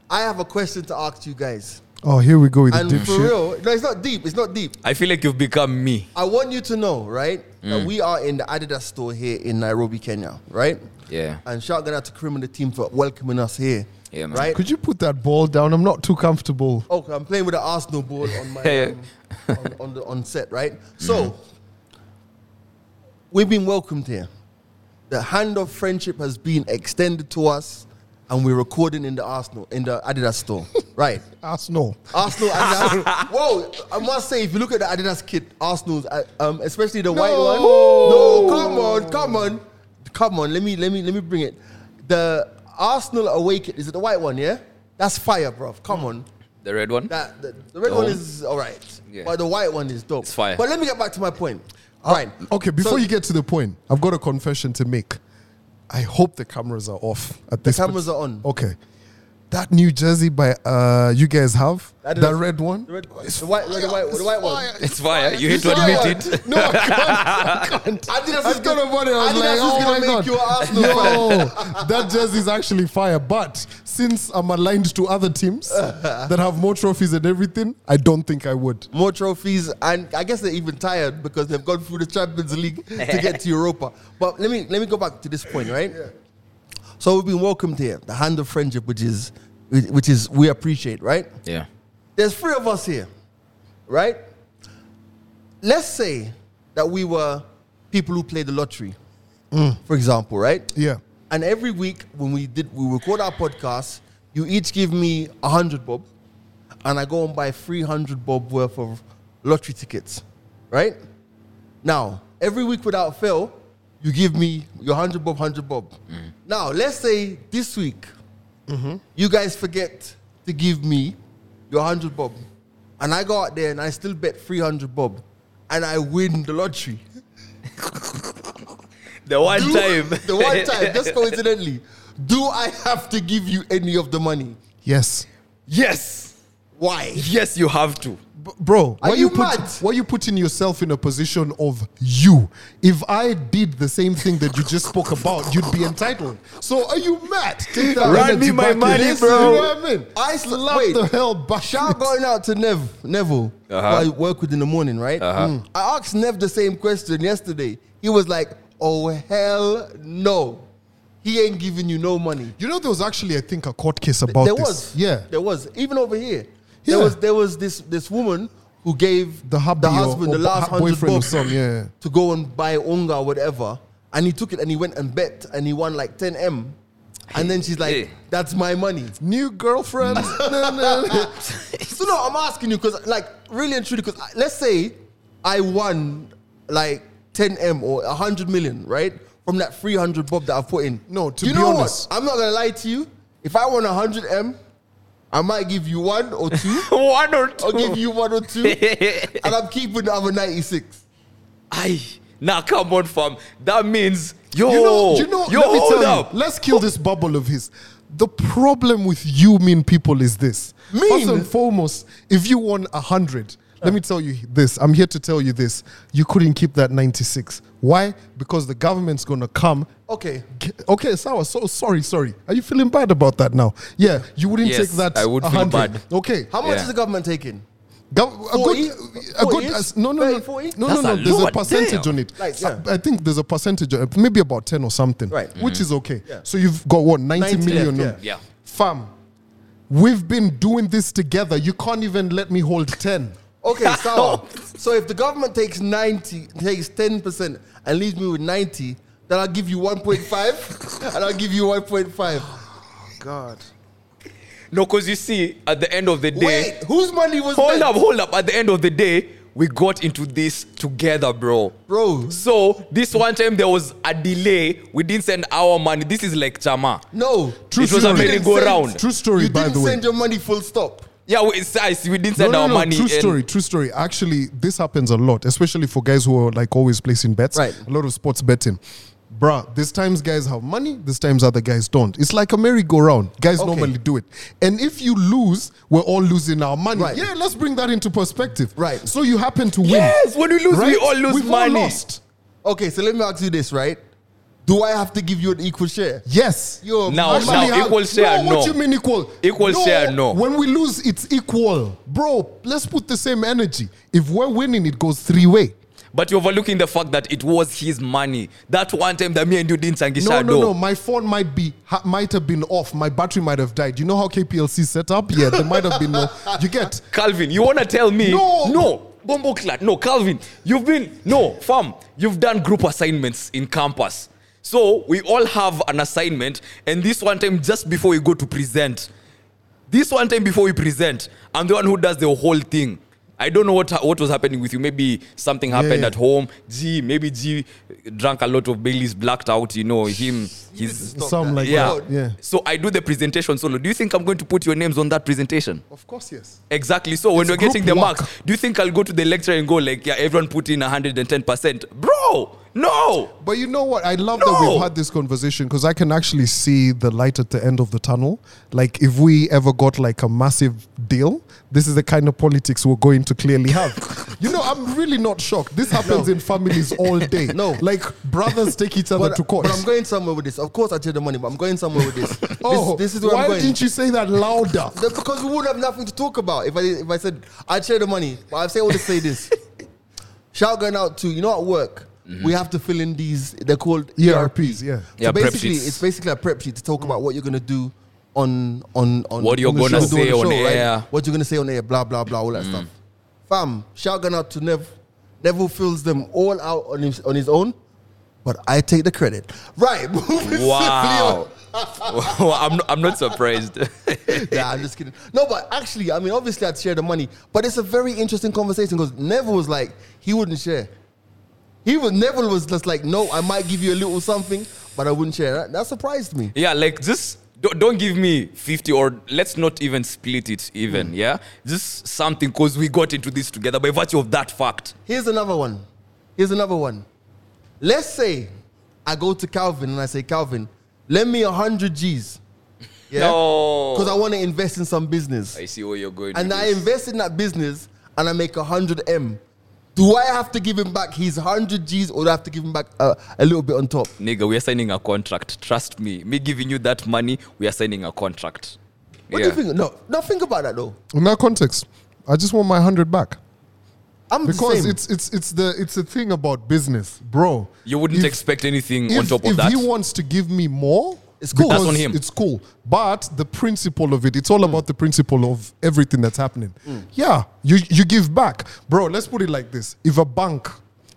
B: I have a question to ask you guys.
D: Oh, here we go with
B: And
D: the
B: for
D: deep shit.
B: real, no, it's not deep. It's not deep.
C: I feel like you've become me.
B: I want you to know, right,
D: Mm.
B: that we are in the Adidas store here in Nairobi, Kenya, right?
C: Yeah.
B: And shout out to Krim and the team for welcoming us here.
C: Yeah, man.
B: Right?
D: Could you put that ball down? I'm not too comfortable.
B: okay, I'm playing with the Arsenal ball on my
C: Yeah.
B: um, on, on the on set, right? So
D: Mm-hmm.
B: we've been welcomed here. The hand of friendship has been extended to us, and we're recording in the Arsenal in the Adidas store, right?
D: Arsenal.
B: Arsenal, Adidas. Whoa, I must say, if you look at the Adidas kit, Arsenal's, uh, um, especially the white one. No, come on, come on, come on. Let me, let me, let me bring it. The Arsenal away kit is it the white one? Yeah, that's fire, bruv. Come on,
C: The red one?
B: that the, the red
C: No.
B: one is all right,
C: Yeah.
B: but the white one is dope.
C: It's fire.
B: But let me get back to my point. Right.
D: Uh, Okay, before
B: So-
D: you get to the point, I've got a confession to make. I hope the cameras are off at this.
B: cameras are on.
D: Okay, that New Jersey by uh, you guys have
B: That
D: that,
B: is-
D: red one.
B: The red, the white, the white, the white one.
C: It's fire. You hate
D: It's
C: to
D: fire.
C: admit it.
D: No, I can't. I can't.
B: Adidas
D: I
B: is
D: thought
B: gonna,
D: about it. I was
B: Adidas
D: like,
B: is
D: oh
B: gonna
D: my
B: make
D: God.
B: you an Arsenal fan.
D: Yo, that jersey is actually fire. But since I'm aligned to other teams that have more trophies and everything, I don't think I would.
B: more trophies, and I guess they're even tired because they've gone through the Champions League to get to Europa. But let me let me go back to this point, right? So we've been welcomed here, the hand of friendship, which is which is we appreciate, right?
C: Yeah.
B: There's three of us here, right? Let's say that we were people who played the lottery, for example, right?
D: Yeah.
B: And every week when we did we record our podcast, you each give me a hundred bob, and I go and buy three hundred bob worth of lottery tickets, right? Now every week without fail, you give me your hundred bob, hundred bob. Now let's say this week, you guys forget to give me your hundred bob, and I go out there and I still bet three hundred bob, and I win the lottery.
C: The one
B: Do-
C: time.
B: The one time, just coincidentally. Do I have to give you any of the money?
D: Yes.
C: yes.
B: Why?
C: Yes, you have to.
D: B- bro,
B: Are
D: why
B: you
D: put,
B: mad?
D: Why you putting yourself in a position of you? If I did the same thing that you just spoke about, you'd be entitled. So are you mad? Take that
C: Run me
D: energy
C: my
D: back in.
C: money,
D: Listen,
C: bro.
D: You know what I mean?
B: I sl-
D: slap
B: wait.
D: the hell back.
B: Shout going out to Nev, Neville, who
C: Uh-huh.
B: I work with in the morning, right? Mm. I asked Nev the same question yesterday. He was like, oh, hell no. He ain't giving you no money.
D: You know there was actually I think a court case about
B: there
D: this.
B: was.
D: Yeah.
B: There was. Even over here. There
D: Yeah.
B: was there was this this woman who gave
D: The hubby
B: the
D: or-
B: husband
D: or
B: the last
D: hub-
B: hundred
D: boyfriend or
B: bucks
D: some, yeah.
B: to go and buy Onga or whatever. And he took it and he went and bet and he won like 10M. And then she's like,
C: Hey.
B: that's my money.
D: New girlfriend. No, no, no.
B: So no, I'm asking you because like really and truly, because let's say I won like 10M or 100 million, right? From that 300 bob that I put in.
D: No, to
B: you
D: be
B: know
D: honest-
B: what? I'm not gonna lie to you. If I won 100M, I might give you one or two.
C: one or 2
B: I'll give you one or two, and I'm keeping the other 96.
C: Aye. Nah, come on, fam. That means yo,
D: you know, you know,
C: Oh, yo,
D: let me
C: hold
D: tell
C: up.
D: you, let's kill this bubble of his. The problem with you mean people is this.
B: Mean?
D: First and foremost, if you won a hundred, let me tell you this. I'm here to tell you this. You couldn't keep that 96. Why? Because the government's gonna come.
B: Okay.
D: G- Okay, Sawa, so sorry, sorry. Are you feeling bad about that now? Yeah, you wouldn't
C: Yes,
D: take that.
C: I would feel
D: 100.
C: bad.
D: Okay.
B: How much
C: Yeah.
B: is the government taking?
D: Gov- a
B: 40?
D: good, a good,
B: 40?
D: uh, no, no, no,
B: 40?
D: no,
C: That's
D: no,
C: a
D: no. There's a
C: lot,
D: percentage
C: damn.
D: on it.
B: e- Like, yeah.
D: I, I think there's a percentage, uh, maybe about ten or something,
B: Right.
D: Which is okay. So you've got what 90
B: 90
D: million,
B: left,
D: no?
C: Mm-hmm. yeah. Yeah.
D: Fam, we've been doing this together. You can't even let me hold ten.
B: Okay, so so if the government takes 90, takes 10 percent, and leaves me with 90, Then I'll give you 1.5 and I'll give you 1.5.
E: God.
C: No, because you see, at the end of the day,
B: Wait, whose money was
C: hold
B: meant?
C: up, hold up. At the end of the day, we got into this together, bro.
B: Bro.
C: So this one time there was a delay. We didn't send our money. This is like chama.
B: No.
D: True
C: It was a
D: story.
C: merry go round.
D: True story,
B: You
D: by
B: didn't
D: the way.
B: send your money full stop.
C: Yeah, we, it's- I see, we didn't send our money.
D: True
C: and-
D: story, true story. Actually, this happens a lot, especially for guys who are like always placing bets.
B: Right.
D: A lot of sports betting. Bruh, there's times guys have money, there's times other guys don't. It's like a merry-go-round. Guys
B: Okay.
D: normally do it. And if you lose, we're all losing our money.
B: Right.
D: Yeah, let's bring that into perspective.
B: Right.
D: So you happen to win.
C: Yes, when we lose, we
D: right?
C: all lose
D: We've
C: money.
D: All lost.
B: Okay, so let me ask you this, right? Do I have to give you an equal share?
D: Yes.
B: Yo,
C: Now-
B: man,
C: now-
D: Actually, how-
C: equal share,
D: no. What
C: no.
D: you mean equal?
C: Equal share, no.
D: When we lose, it's equal. Bro, let's put the same energy. If we're winning, it goes three-way.
C: But you're overlooking the fact that it was his money. That one time that me and you didn't sangisha
D: No, no,
C: do.
D: no. My phone might be ha, might have been off. My battery might have died. You know how KPLC set up? Yeah, there might have been no. You get
C: Calvin, you wanna tell me?
D: No.
C: no, Bombo Clat. No, Calvin, you've been no, fam. You've done group assignments in campus. So we all have an assignment, and this one time, just before we go to present, this one time before we present, I'm the one who does the whole thing. I don't know what what was happening with you. Maybe something happened
D: yeah.
C: at home. G, maybe G drank a lot of Bailey's, blacked out. You know him. He's
D: some like
C: yeah.
D: that. Yeah.
C: So I do the presentation solo. Do you think I'm going to put your names on that presentation?
D: Of course, yes.
C: Exactly. So when we're getting the
D: group
C: marks, do you think I'll go to the lecture and go like, yeah, everyone put in 110%? Bro, no.
D: But you know what? I love that
C: No.
D: we've had this conversation because I can actually see the light at the end of the tunnel. Like, if we ever got like a massive deal, this is the kind of politics we're going to clearly have. you know, I'm really not shocked. This happens in families all day.
B: No.
D: like brothers take each other
B: but,
D: to court.
B: but I'm going somewhere with this. Of course, I take the money, but I'm going somewhere with this.
D: oh,
B: this, this is where
D: why
B: I'm going.
D: didn't you say that louder?
B: That's because we would have nothing to talk about if I if I said I'd share the money. But I've said all to say this. Shout going out to you know at work we have to fill in these. They're called E
D: ERPs, yeah.
C: Mm-hmm. Yeah,
B: so
C: prep
B: basically,
C: sheets. Mm.
B: it's basically a prep sheet to talk about what you're gonna do on on on
C: What you're
B: on the
C: gonna
B: show, do
C: say on
B: show, right?
C: air. Mm.
B: What you're gonna say on air, blah blah blah, all that stuff. Fam, shout going out to Nev. Neville fills them all out on his on his own, but I take the credit. Right, moving swiftly on.
C: Wow. I'm, not, I'm not surprised.
B: yeah, I'm just kidding. No, but actually, I mean, obviously, I'd share the money, but it's a very interesting conversation because Neville was like, he wouldn't share. He was Neville was just like, no, I might give you a little something, but I wouldn't share. That, that surprised me.
C: yeah, like just don't, don't give me 50 or let's not even split it even, yeah? Just something because we got into this together by virtue of that fact.
B: Here's another one. Here's another one. Let's say I go to Calvin and I say, Calvin, lend me a hundred G's. Yeah.
C: No.
B: Because I want to invest in some business.
C: Oh, I see where you're going.
B: and
C: with
B: I
C: this.
B: invest in that business and I make 100 M. Do I have to give him back his 100 G's or do I have to give him back a, a little bit on top?
C: Nigga, we are signing a contract. Trust me. Me giving you that money, we are signing a contract.
B: What do you think? No, no, think about that though.
D: In that context, I just want my hundred back
B: I'm the
D: because
B: same.
D: it's it's it's the it's a thing about business, bro.
C: You wouldn't
D: If-
C: expect anything
D: if,
C: on top of
D: if
C: that.
D: he wants to give me more,
B: It's cool.
D: because
C: That's on him.
D: It's cool, but the principle of it—it's all about the principle of everything that's happening.
C: Mm.
D: Yeah, you you give back, bro. Let's put it like this: if a bank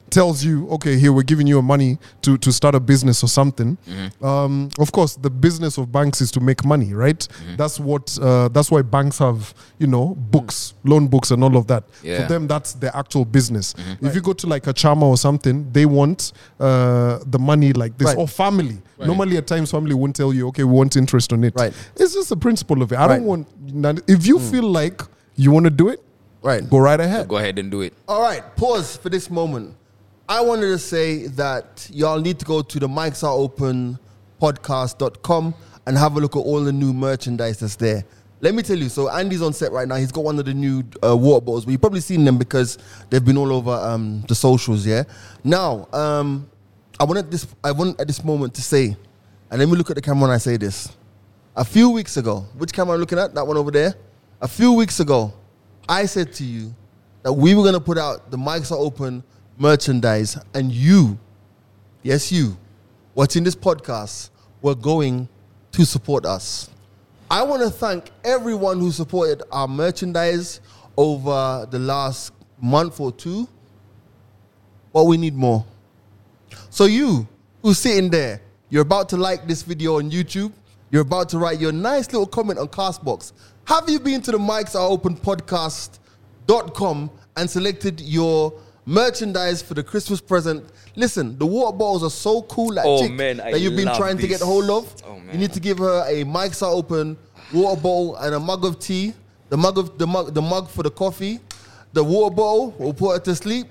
D: tells you, okay, here we're giving you money to to start a business or something,
C: Mm-hmm.
D: um, of course, the business of banks is to make money, right?
C: Mm-hmm.
D: That's what uh, that's why banks have you know books, loan books, and all of that.
C: Mm. Yeah.
D: For them, that's the actual business. If
B: Mm-hmm.
D: you go to like a chama or something, they want uh, the money like this
B: Right.
D: or family. Normally, at times, family won't tell you, okay, we want interest on it.
B: Right.
D: It's just the principle of it. I
B: Right. Mm.
D: don't want. none- If you feel like you want to do it,
B: right.
D: go right ahead.
C: Go ahead and do it.
B: All right, pause for this moment. I wanted to say that y'all need to go to the mics are open podcast.com and have a look at all the new merchandise that's there. Let me tell you, so Andy's on set right now. He's got one of the new uh, water bottles, but you've probably seen them because they've been all over um, the socials, yeah? Now, um, I wanted this I want at this moment to say, and let me look at the camera when I say this. A few weeks ago, which camera I'm looking at? That one over there? A few weeks ago, I said to you that we were gonna put out the mics are open merchandise, and you, yes, you, watching this podcast, were going to support us. I want to thank everyone who supported our merchandise over the last month or two, but we need more. So you who who's sitting there. You're about to like this video on YouTube. You're about to write your nice little comment on Castbox. Have you been to the Mics Are Open podcast.com and selected your merchandise for the Christmas present? Listen, the water bottles are so cool that
C: Oh,
B: chick
C: man, I
B: that you've been
C: love
B: trying to
C: this.
B: get hold of.
C: Oh,
B: You
C: man.
B: need to give her a Mics Are Open water bottle and a mug of tea. The mug of the mug the mug for the coffee. The water bottle will put her to sleep.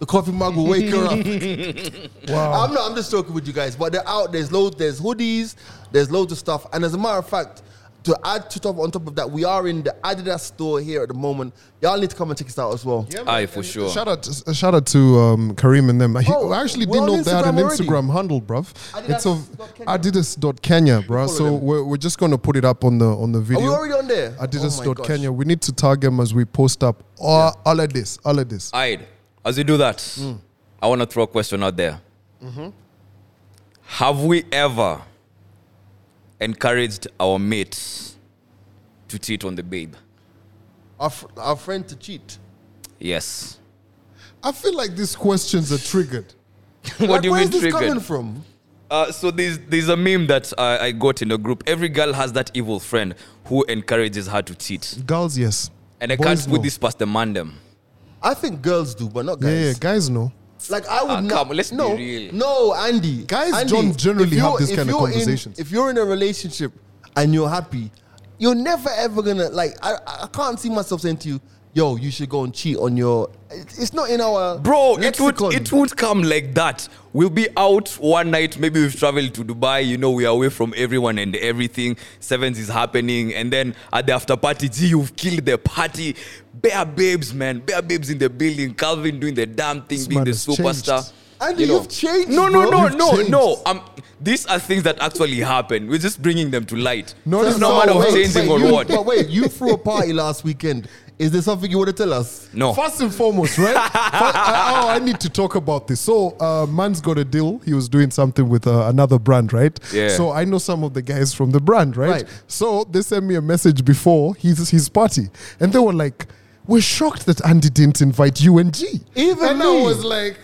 B: The coffee mug will wake her up.
D: Wow.
B: I'm not. I'm just joking with you guys, but they're out. There's loads. There's hoodies. There's loads of stuff. And as a matter of fact, to add to top on top of that, we are in the Adidas store here at the moment. Y'all need to come and check us out as well.
C: Aye, for sure.
D: Shout out, uh, shout out to um, Kareem and them. I,
B: Oh,
D: I actually
B: we're
D: didn't
B: on
D: know they had an
B: Instagram already.
D: Instagram handle, bruv.
B: Adidas
D: It's of
B: dot Kenya.
D: adidas.kenya, bruv. So
B: them.
D: we're, we're just going to put it up on the on the
B: Are we
D: video.
B: already on there?
D: Adidas
B: Oh my
D: dot
B: gosh.
D: Kenya. We need to tag them as we post up all, all of this, all of this.
C: Aye. As you do that,
B: Mm.
C: I want to throw a question out there.
B: Mm-hmm.
C: Have we ever encouraged our mates to cheat on the babe?
B: Our, fr- our friend to cheat.
C: Yes.
D: I feel like these questions are triggered.
C: what
B: Like,
C: do you
B: where
C: mean
B: is this
C: triggered?
B: coming from?
C: Uh, so there's there's a meme that I, I got in a group. Every girl has that evil friend who encourages her to cheat,
D: Girls, yes.
C: and I
D: Boys,
C: can't
D: no.
C: put this past the mandem.
B: I think girls do, but not
D: Yeah,
B: guys.
D: yeah, guys, no.
B: Like I would
C: Ah,
B: not.
C: come on, let's be
B: no,
C: real.
B: No, Andy.
D: Guys
B: Andy,
D: don't generally
B: if
D: have
B: you're-
D: this
B: if
D: kind of
B: you're in-
D: conversations.
B: if you're in a relationship and you're happy, you're never ever gonna like. I, I can't see myself saying to you, "Yo, you should go and cheat on your." it- It's not in our
C: Bro, it
B: lexicon.
C: would it would come like that. We'll be out one night, maybe we've traveled to Dubai, you know, we are away from everyone and everything. Sevens is happening, and then at the after party, G, you've killed the party. Bear babes, man, bear babes in the building, Calvin doing the damn thing, being
D: man
C: the
D: has changed.
C: superstar.
B: Andy,
C: You know.
B: you've changed.
C: No, no,
B: bro.
C: no,
B: You've
C: no,
B: changed.
C: no. Um, these are things that actually happen. We're just bringing them to light.
D: No,
C: No, it's
D: no,
C: no matter
D: wait,
C: of changing
B: but
C: or
B: you,
C: what.
B: But wait, you threw a party last weekend. Is there something you want to tell us?
C: No.
D: First and foremost, right? Fi- I, oh, I need to talk about this. So, uh, man's got a deal. He was doing something with uh, another brand, right?
C: Yeah.
D: So I know some of the guys from the brand, right?
B: Right.
D: So they sent me a message before his his party, and they were like, "We're shocked that Andy didn't invite you and G."
B: Even
D: and
B: me.
D: I was like.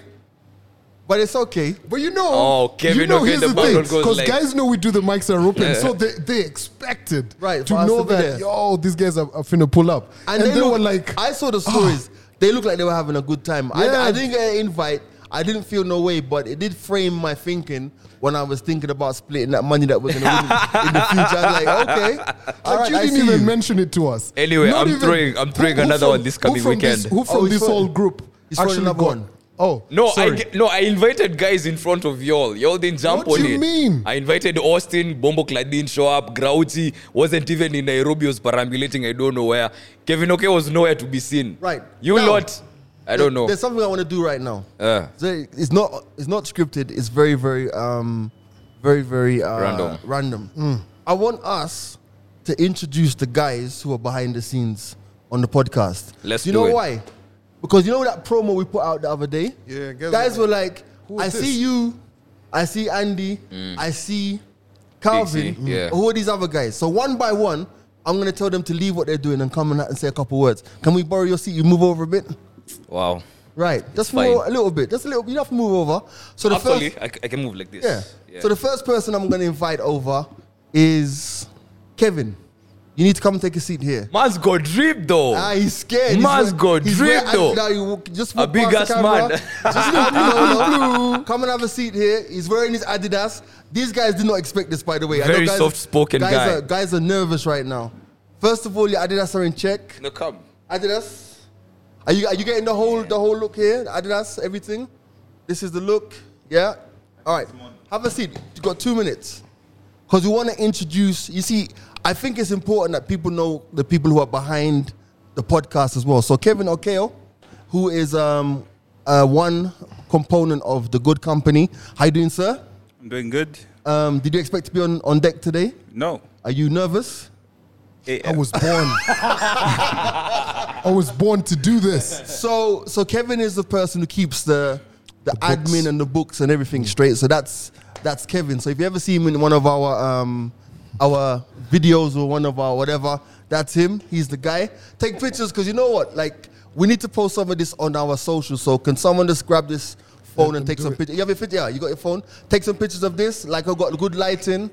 B: But it's okay.
D: But you know,
C: Oh, Kevin
D: you know,
C: O'Kane,
D: here's
C: the
D: the thing,
C: background goes
D: because
C: like-
D: guys know we do the mics are open, so they, they expected
B: Right, for
D: to
B: us
D: know
B: to be
D: that
B: there.
D: yo, these guys are, are finna pull up, and,
B: they
D: they,
B: look-
D: were like,
B: I saw the stories. They looked like they were having a good time.
D: Yeah.
B: I, I didn't get an invite. I didn't feel no way, but it did frame my thinking when I was thinking about splitting that money that we're gonna win in the future. I was like, okay, all
D: Like
B: right,
D: you
B: I
D: didn't
B: see
D: even
B: you.
D: mention it to us.
C: Anyway, I'm throwing- I'm throwing another
D: from-
C: one this coming
D: who from
C: weekend.
D: This, who from
B: Oh, he's
D: this
B: throwing-
D: whole group
B: he's throwing
D: actually
B: another
D: got?
B: one.
D: Oh
C: No, I
D: sorry.
C: ge- no, I invited guys in front of y'all. Y'all didn't jump
D: What
C: on
D: do you
C: it.
D: mean?
C: I invited Austin, Bombo Cladin show up, Grouchy wasn't even in Nairobi, was perambulating, I don't know where. Kevin Oke was nowhere to be seen.
B: Right.
C: You
B: Now-
C: lot, I don't know.
B: There's something I want to do right now.
C: Uh.
B: So it's not it's not scripted. It's very very um very very uh,
C: Random.
B: Random. Hmm. I want us to introduce the guys who are behind the scenes on the podcast.
C: Let's
B: You
C: do
B: know
C: it.
B: why? Because you know that promo we put out the other day.
D: Yeah, guys
B: guys
D: were
B: were like,
D: "Who
B: I
D: is this?"
B: see you, I see Andy, I see Calvin.
C: Dixie, Hmm. yeah.
B: Who are these other guys? So one by one. I'm gonna tell them to leave what they're doing and come and and say a couple words. Can we borrow your seat? You move over a bit.
C: wow.
B: Right. Just
C: fine.
B: move a little bit. Just a little. You have to move over. So the
C: Actually,
B: first,
C: I, c- I can move like this.
B: yeah. So the first person I'm going to invite over is Kevin. You need to come and take a seat here.
C: Man's got drip though.
B: Ah, he's scared.
C: Man's got
B: he's wear-
C: drip, though.
B: Now he walk- just
C: A
B: walk
C: big
B: past the
C: ass
B: camera.
C: man.
B: Just look, no, no. Come and have a seat here. He's wearing his Adidas. These guys did not expect this, by the way. I know
C: Very
B: guys-
C: soft-spoken
B: guys
C: guy.
B: Are, guys are nervous right now. First of all, your Adidas are in check.
C: no, come.
B: Adidas. Are you are you getting the whole the whole look here? Adidas, everything. This is the look. Yeah. All right. Have a seat. You got two minutes. Because we want to introduce. You see, I think it's important that people know the people who are behind the podcast as well. So Kevin Okeo, who is um, uh, one component of the Good Company. How you doing, sir?
E: I'm doing good.
B: Um, did you expect to be on, on deck today?
E: No.
B: Are you nervous?
E: Eh,
D: I was born. I was born to do this.
B: So so Kevin is the person who keeps the the,
D: books.
B: admin and the books and everything straight. So that's that's Kevin. So if you ever see him in one of our um our videos or one of our whatever, that's him. He's the guy. Take pictures because you know what? Like we need to post some of this on our social. So can someone just grab this phone and take some pictures. You have your fit, yeah. You got your phone. Take some pictures of this. Like I got good lighting.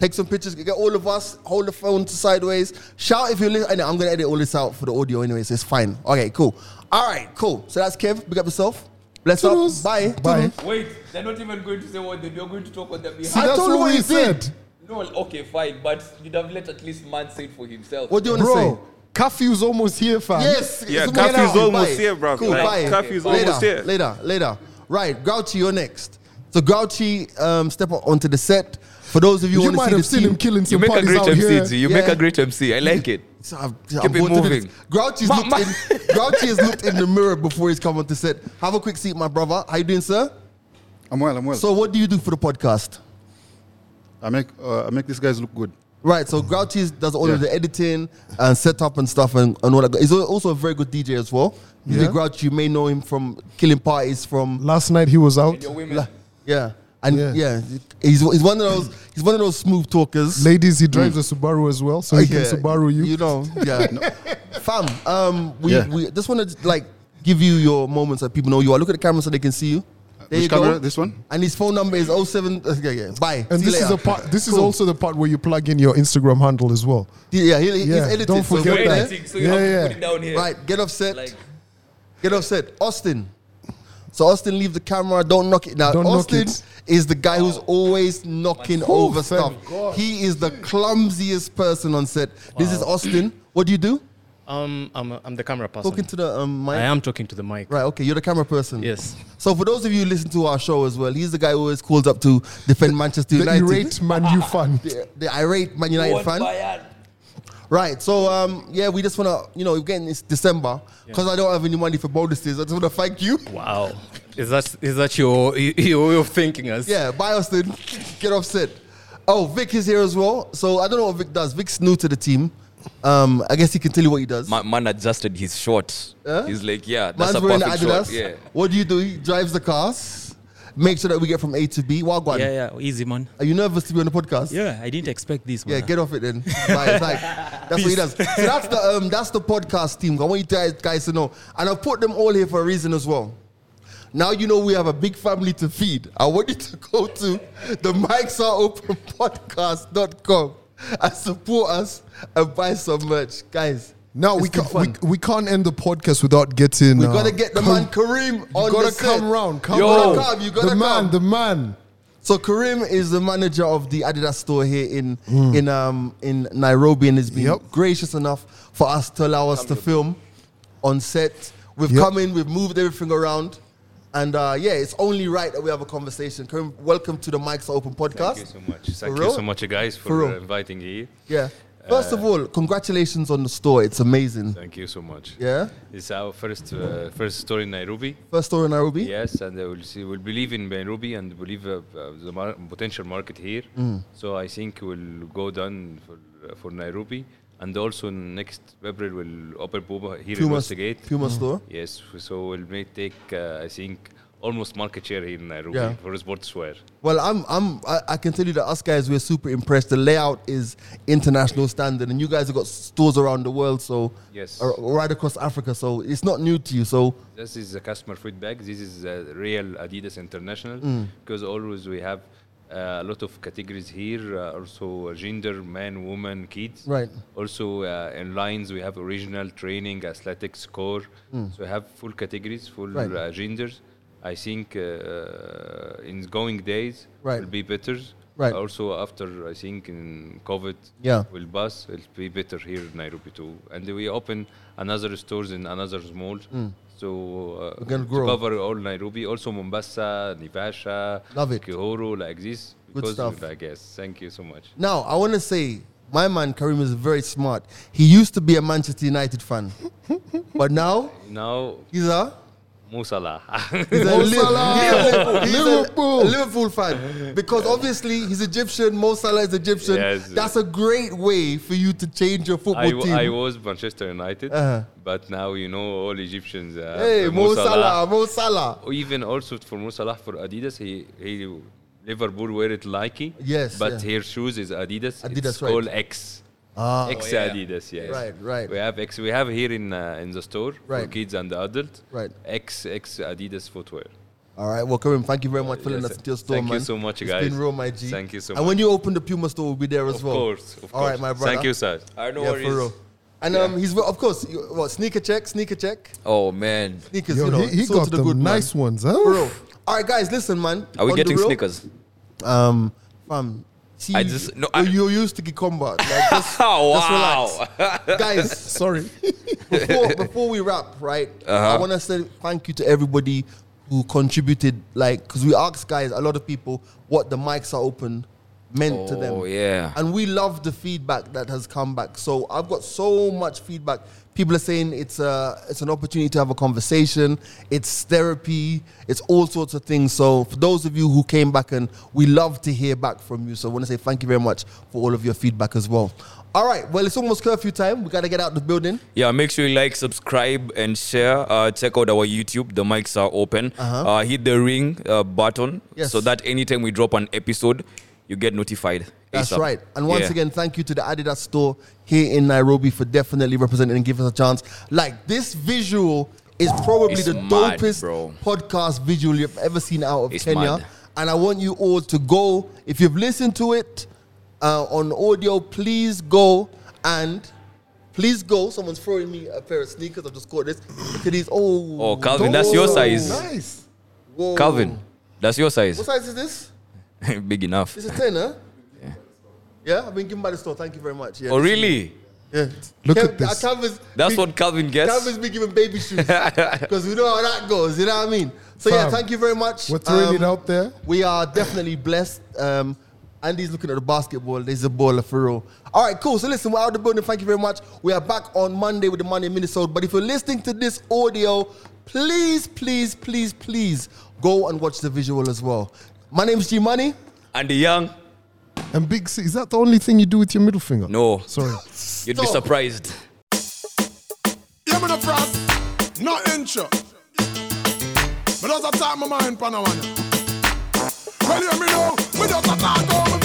B: Take some pictures. Get all of us. Hold the phone to sideways. Shout if you listen. I know, I'm gonna edit all this out for the audio anyway, so it's fine. Okay, cool. All right, cool. So that's Kev. Big up yourself. Bless up.
D: Toodles.
B: Bye.
D: Bye.
C: Wait, they're not even going to say what they are going to talk on their behalf.
D: See, that's
B: told
D: what,
B: you what
D: we
B: he
D: said.
B: did.
C: No, okay, fine, but you'd have let at least man say it for himself.
B: What do you want to say?
D: Bro, curfew's almost here, fam.
B: Yes.
E: Yeah,
B: it's
E: curfew's
B: moving out.
E: almost
B: Bye.
E: here, bruv.
B: Cool,
E: Like,
B: bye.
E: curfew's
B: later,
E: almost here.
B: Later, later. Right, Grouchy, you're next. So Grouchy, um, step up onto the set. For those of you,
D: You
B: who want
D: might
B: to see
D: have
B: the
D: seen
B: team,
D: him killing
C: You
D: some
C: make a
D: parties
C: great
D: out
C: MC,
D: here.
C: G. You make
B: Yeah.
C: a great MC. I like it.
B: So I've,
C: Keep it moving.
B: Grouchy's
C: Ma-
B: looked
C: ma-
B: in, Grouchy has looked in the mirror before he's come onto set. Have a quick seat, my brother. How you doing, sir?
F: I'm well. I'm well.
B: So what do you do for the podcast?
F: I make uh, I make these guys look good.
B: Right, so Grouchy does all of
F: Yeah.
B: the editing and setup and stuff and, and all that. He's al- also a very good DJ as well. DJ
D: Yeah.
B: Grouchy, you may know him from killing parties from
D: Last night he was out.
C: Your women.
B: Yeah. And yeah.
D: Yeah.
B: he's he's one of those he's one of those smooth talkers.
D: Ladies, he drives a Subaru as well, so he
B: Yeah.
D: can Subaru Hmm. you.
B: You know, yeah. Fam, um, we,
F: Yeah.
B: we just want to like give you your moments that people know you are. Look at the camera so they can see you. There
F: Uh, Which
B: you go.
F: camera? This one?
B: And his phone number is 07 uh, yeah, yeah. Bye.
D: And
B: See you
D: this is
B: later.
D: a part. This is
B: Cool.
D: also the part where you plug in your Instagram handle as well.
B: yeah, he, he's
D: Yeah,
B: edited.
D: don't
B: so
D: forget
B: we're
D: that.
B: there.
C: Editing, so you
D: Yeah,
C: have to
D: yeah.
C: put it down here.
B: Right, get offset.
C: Like,
B: Get offset. Austin. So Austin, leave the camera. Don't knock it. Now
D: Don't knock
B: Austin
D: it. Oh,
B: is the guy who's always knocking over
D: thank
B: stuff. He is the clumsiest person on set. This is Austin. What do you do?
G: Um, I'm, a, I'm the camera person.
B: Talking to the um, mic.
G: I am talking to the mic.
B: Right. Okay. You're the camera person.
G: Yes.
B: So for those of you who listen to our show as well, he's the guy who always calls up to defend Manchester
D: The
B: United.
D: irate man you fan.
B: The, the irate Man United
C: one
B: fan.
C: Bayern.
B: Right. So um, yeah, we just wanna you know we're getting this December because I don't have any money for bonuses. I just wanna thank you.
G: Wow. Is that is that your your way of thanking us?
B: Yeah, bye Austin. Get offset. Oh, Vic is here as well. So I don't know what Vic does. Vic's new to the team. Um, I guess he can tell you what he does.
C: Ma- man adjusted his shorts. He's like, yeah, that's
B: Man's
C: a
B: wearing the
C: perfect
B: Adidas.
C: short. Yeah.
B: What do you do? He drives the cars, makes sure that we get from A to B. Wagwan,
H: Yeah, yeah, easy man.
B: are you nervous to be on the podcast?
H: Yeah, I didn't expect this
B: Yeah,
H: man.
B: get off it then. Bye. It's like, that's what he does. So that's the um, that's the podcast team. I want you guys, guys to know, and I've put them all here for a reason as well. Now you know we have a big family to feed. I want you to go to the mics are open podcast.com and support us and buy some merch, guys.
D: Now
B: it's
D: we
B: been
D: can't
B: fun.
D: we, we can't end the podcast without getting.
B: we
D: uh,
B: gotta get the
D: Ka-
B: man Kareem on
D: You gotta
B: the set.
D: come round. Come
C: Yo.
D: round.
B: Come, you gotta
D: the man.
B: come.
D: The man.
B: So Karim is the manager of the Adidas store here in in um in Nairobi and has been
D: Hmm. Yep.
B: gracious enough for us to allow us to film on set. We've
D: Yep.
B: come in, we've moved everything around. And uh, yeah, it's only right that we have a conversation. Karim, welcome to the Mike's Open podcast.
I: Thank you so much. Thank you
B: real?
I: so much, uh, guys, for,
B: For real.
I: uh, inviting me.
B: Yeah. First
I: Uh,
B: of all, congratulations on the store. It's amazing.
I: Thank you so much.
B: Yeah.
I: It's our first uh, first store in Nairobi.
B: First store in Nairobi.
I: Yes, and uh, we'll see. We'll believe in Nairobi and believe uh, uh, the mar- potential market here.
B: Mm.
I: So I think we'll go down for uh, for Nairobi, and also next February we'll open Puma here in
B: Puma,
I: Westgate.
B: Puma
D: Hmm.
B: store.
I: Yes, so we'll may take uh, I think almost market share here in Nairobi
B: Yeah.
I: for sportswear.
B: Well, I'm, I'm, I, I can tell you that us guys we're super impressed. The layout is international standard, and you guys have got stores around the world, so
I: Yes.
B: or, or right across Africa. So it's not new to you. So
I: This is the customer feedback. This is the real Adidas International
B: Mm.
I: because always we have uh, a lot of categories here. Uh, also gender, men, women, kids.
B: Right.
I: Also uh, in lines we have original training, athletics, core. So we have full categories, full
B: Mm. Right.
I: uh, genders. I think uh, in going days
B: Right.
I: will be better.
B: Right.
I: Also after I think in COVID
B: Yeah.
I: will bus will be better here in Nairobi too. And we open another stores in another malls. So uh,
B: Mm. We can
I: to
B: grow.
I: cover all Nairobi, also Mombasa, Naivasha,
B: Love it.
I: Kihoro, like this.
B: Good
I: because
B: stuff.
I: I guess. Thank you so much.
B: now I want to say my man Karim is very smart. He used to be a Manchester United fan, but now
I: Now,
B: he's a
I: Musala.
B: He's a, Liv- he's a
D: Liverpool.
B: Liverpool. Liverpool fan. Because obviously he's Egyptian, Mo Salah is Egyptian.
I: Yes.
B: That's a great way for you to change your football
I: I, w-
B: team.
I: I was Manchester United,
B: Uh-huh.
I: but now you know all Egyptians. Uh,
B: hey,
I: Mo
B: Mo
I: Salah.
B: Salah, Mo Salah.
I: Even also for Mo Salah, for Adidas, he, he Liverpool wear it Nike.
B: Yes,
I: But
B: yeah.
I: her shoes is Adidas.
B: Adidas,
I: it's
B: right.
I: called X.
B: Ah.
I: X Adidas, yes.
B: Right, right.
I: We have X. We have here in uh, in the store
B: Right.
I: for kids and adult.
B: Right.
I: X X Adidas footwear.
B: All right, well, Karim, thank you very much for letting us
I: Yes,
B: into your store,
I: Thank
B: man.
I: you so much,
B: It's
I: guys.
B: been real, my G.
I: Thank you so
B: and
I: much.
B: when you open the Puma store, we'll be there as
I: Of
B: well.
I: course, of course.
B: All right, my brother.
I: Thank you, sir.
C: I know
B: yeah, for real. And um, he's of course you- what sneaker check, sneaker check,
C: Oh man,
B: sneakers.
D: Yo,
B: you know,
D: he, he
B: sold
D: got
B: to the
D: the
B: good man.
D: nice ones, huh?
B: For real. All right, guys, listen, man.
C: are we
B: On the
C: getting
B: real,
C: sneakers?
B: Um, fam. See,
C: I just- no,
B: you,
C: I-
B: you used to Gikomba. Like, just,
C: Oh wow!
B: just relax. guys,
D: Sorry.
B: before, before we wrap, right,
C: Uh-huh.
B: I want to say thank you to everybody who contributed. Like, because we asked guys, a lot of people, what the mics are open meant to them.
C: Oh, yeah.
B: And we love the feedback that has come back. So I've got so much feedback. People are saying it's a it's an opportunity to have a conversation. It's therapy. It's all sorts of things. So for those of you who came back, and we love to hear back from you. So I want to say thank you very much for all of your feedback as well. All right. Well, it's almost curfew time. We gotta get out the building.
C: Yeah, make sure you like, subscribe, and share. Uh, check out our YouTube. The mics are open. uh hit the ring uh, button
B: Uh-huh. Yes.
C: so that anytime we drop an episode, you get notified.
B: That's
C: ASAP.
B: right. And once
C: Yeah.
B: again, thank you to the Adidas store here in Nairobi for definitely representing and giving us a chance. Like this visual is probably
C: It's
B: the
C: mad,
B: dopest
C: bro.
B: podcast visual you've ever seen out of
C: It's
B: Kenya.
C: mad.
B: And I want you all to go. If you've listened to it uh, on audio, please go and please go. Someone's throwing me a pair of sneakers. I've just caught this. Look at these. Oh,
C: Oh, Calvin, that's your size.
B: Nice. Whoa.
C: Calvin, that's your size.
B: What size is this?
C: Big enough.
B: This is 10, huh? Yeah. I've been given by the store. Thank you very much. Yeah,
C: Oh,
B: this is-
C: really?
B: Yeah. uh,
D: Look at this.
B: Calvin's,
C: That's
B: be,
C: what Calvin gets.
B: Calvin's been giving baby shoes because we know how that goes. You know what I mean? So yeah,
D: Fam,
B: thank you very much.
D: We're throwing
B: Um,
D: it out there.
B: We are definitely blessed. Um, Andy's looking at the basketball. There's a baller for real. All right, cool. So listen, we're out of the building. Thank you very much. We are back on Monday with the Monday Minnesota. But if you're listening to this audio, please, please, please, please go and watch the visual as well. My name's G Money.
C: Andy Young?
D: And Big C, is that the only thing you do with your middle finger?
C: No.
D: Sorry.
C: You'd be
B: Stop.
C: surprised.
A: Yeah, me no cross, no inch. But those are talk my mind, Panawana. Well, you hear me now, me just a talk how me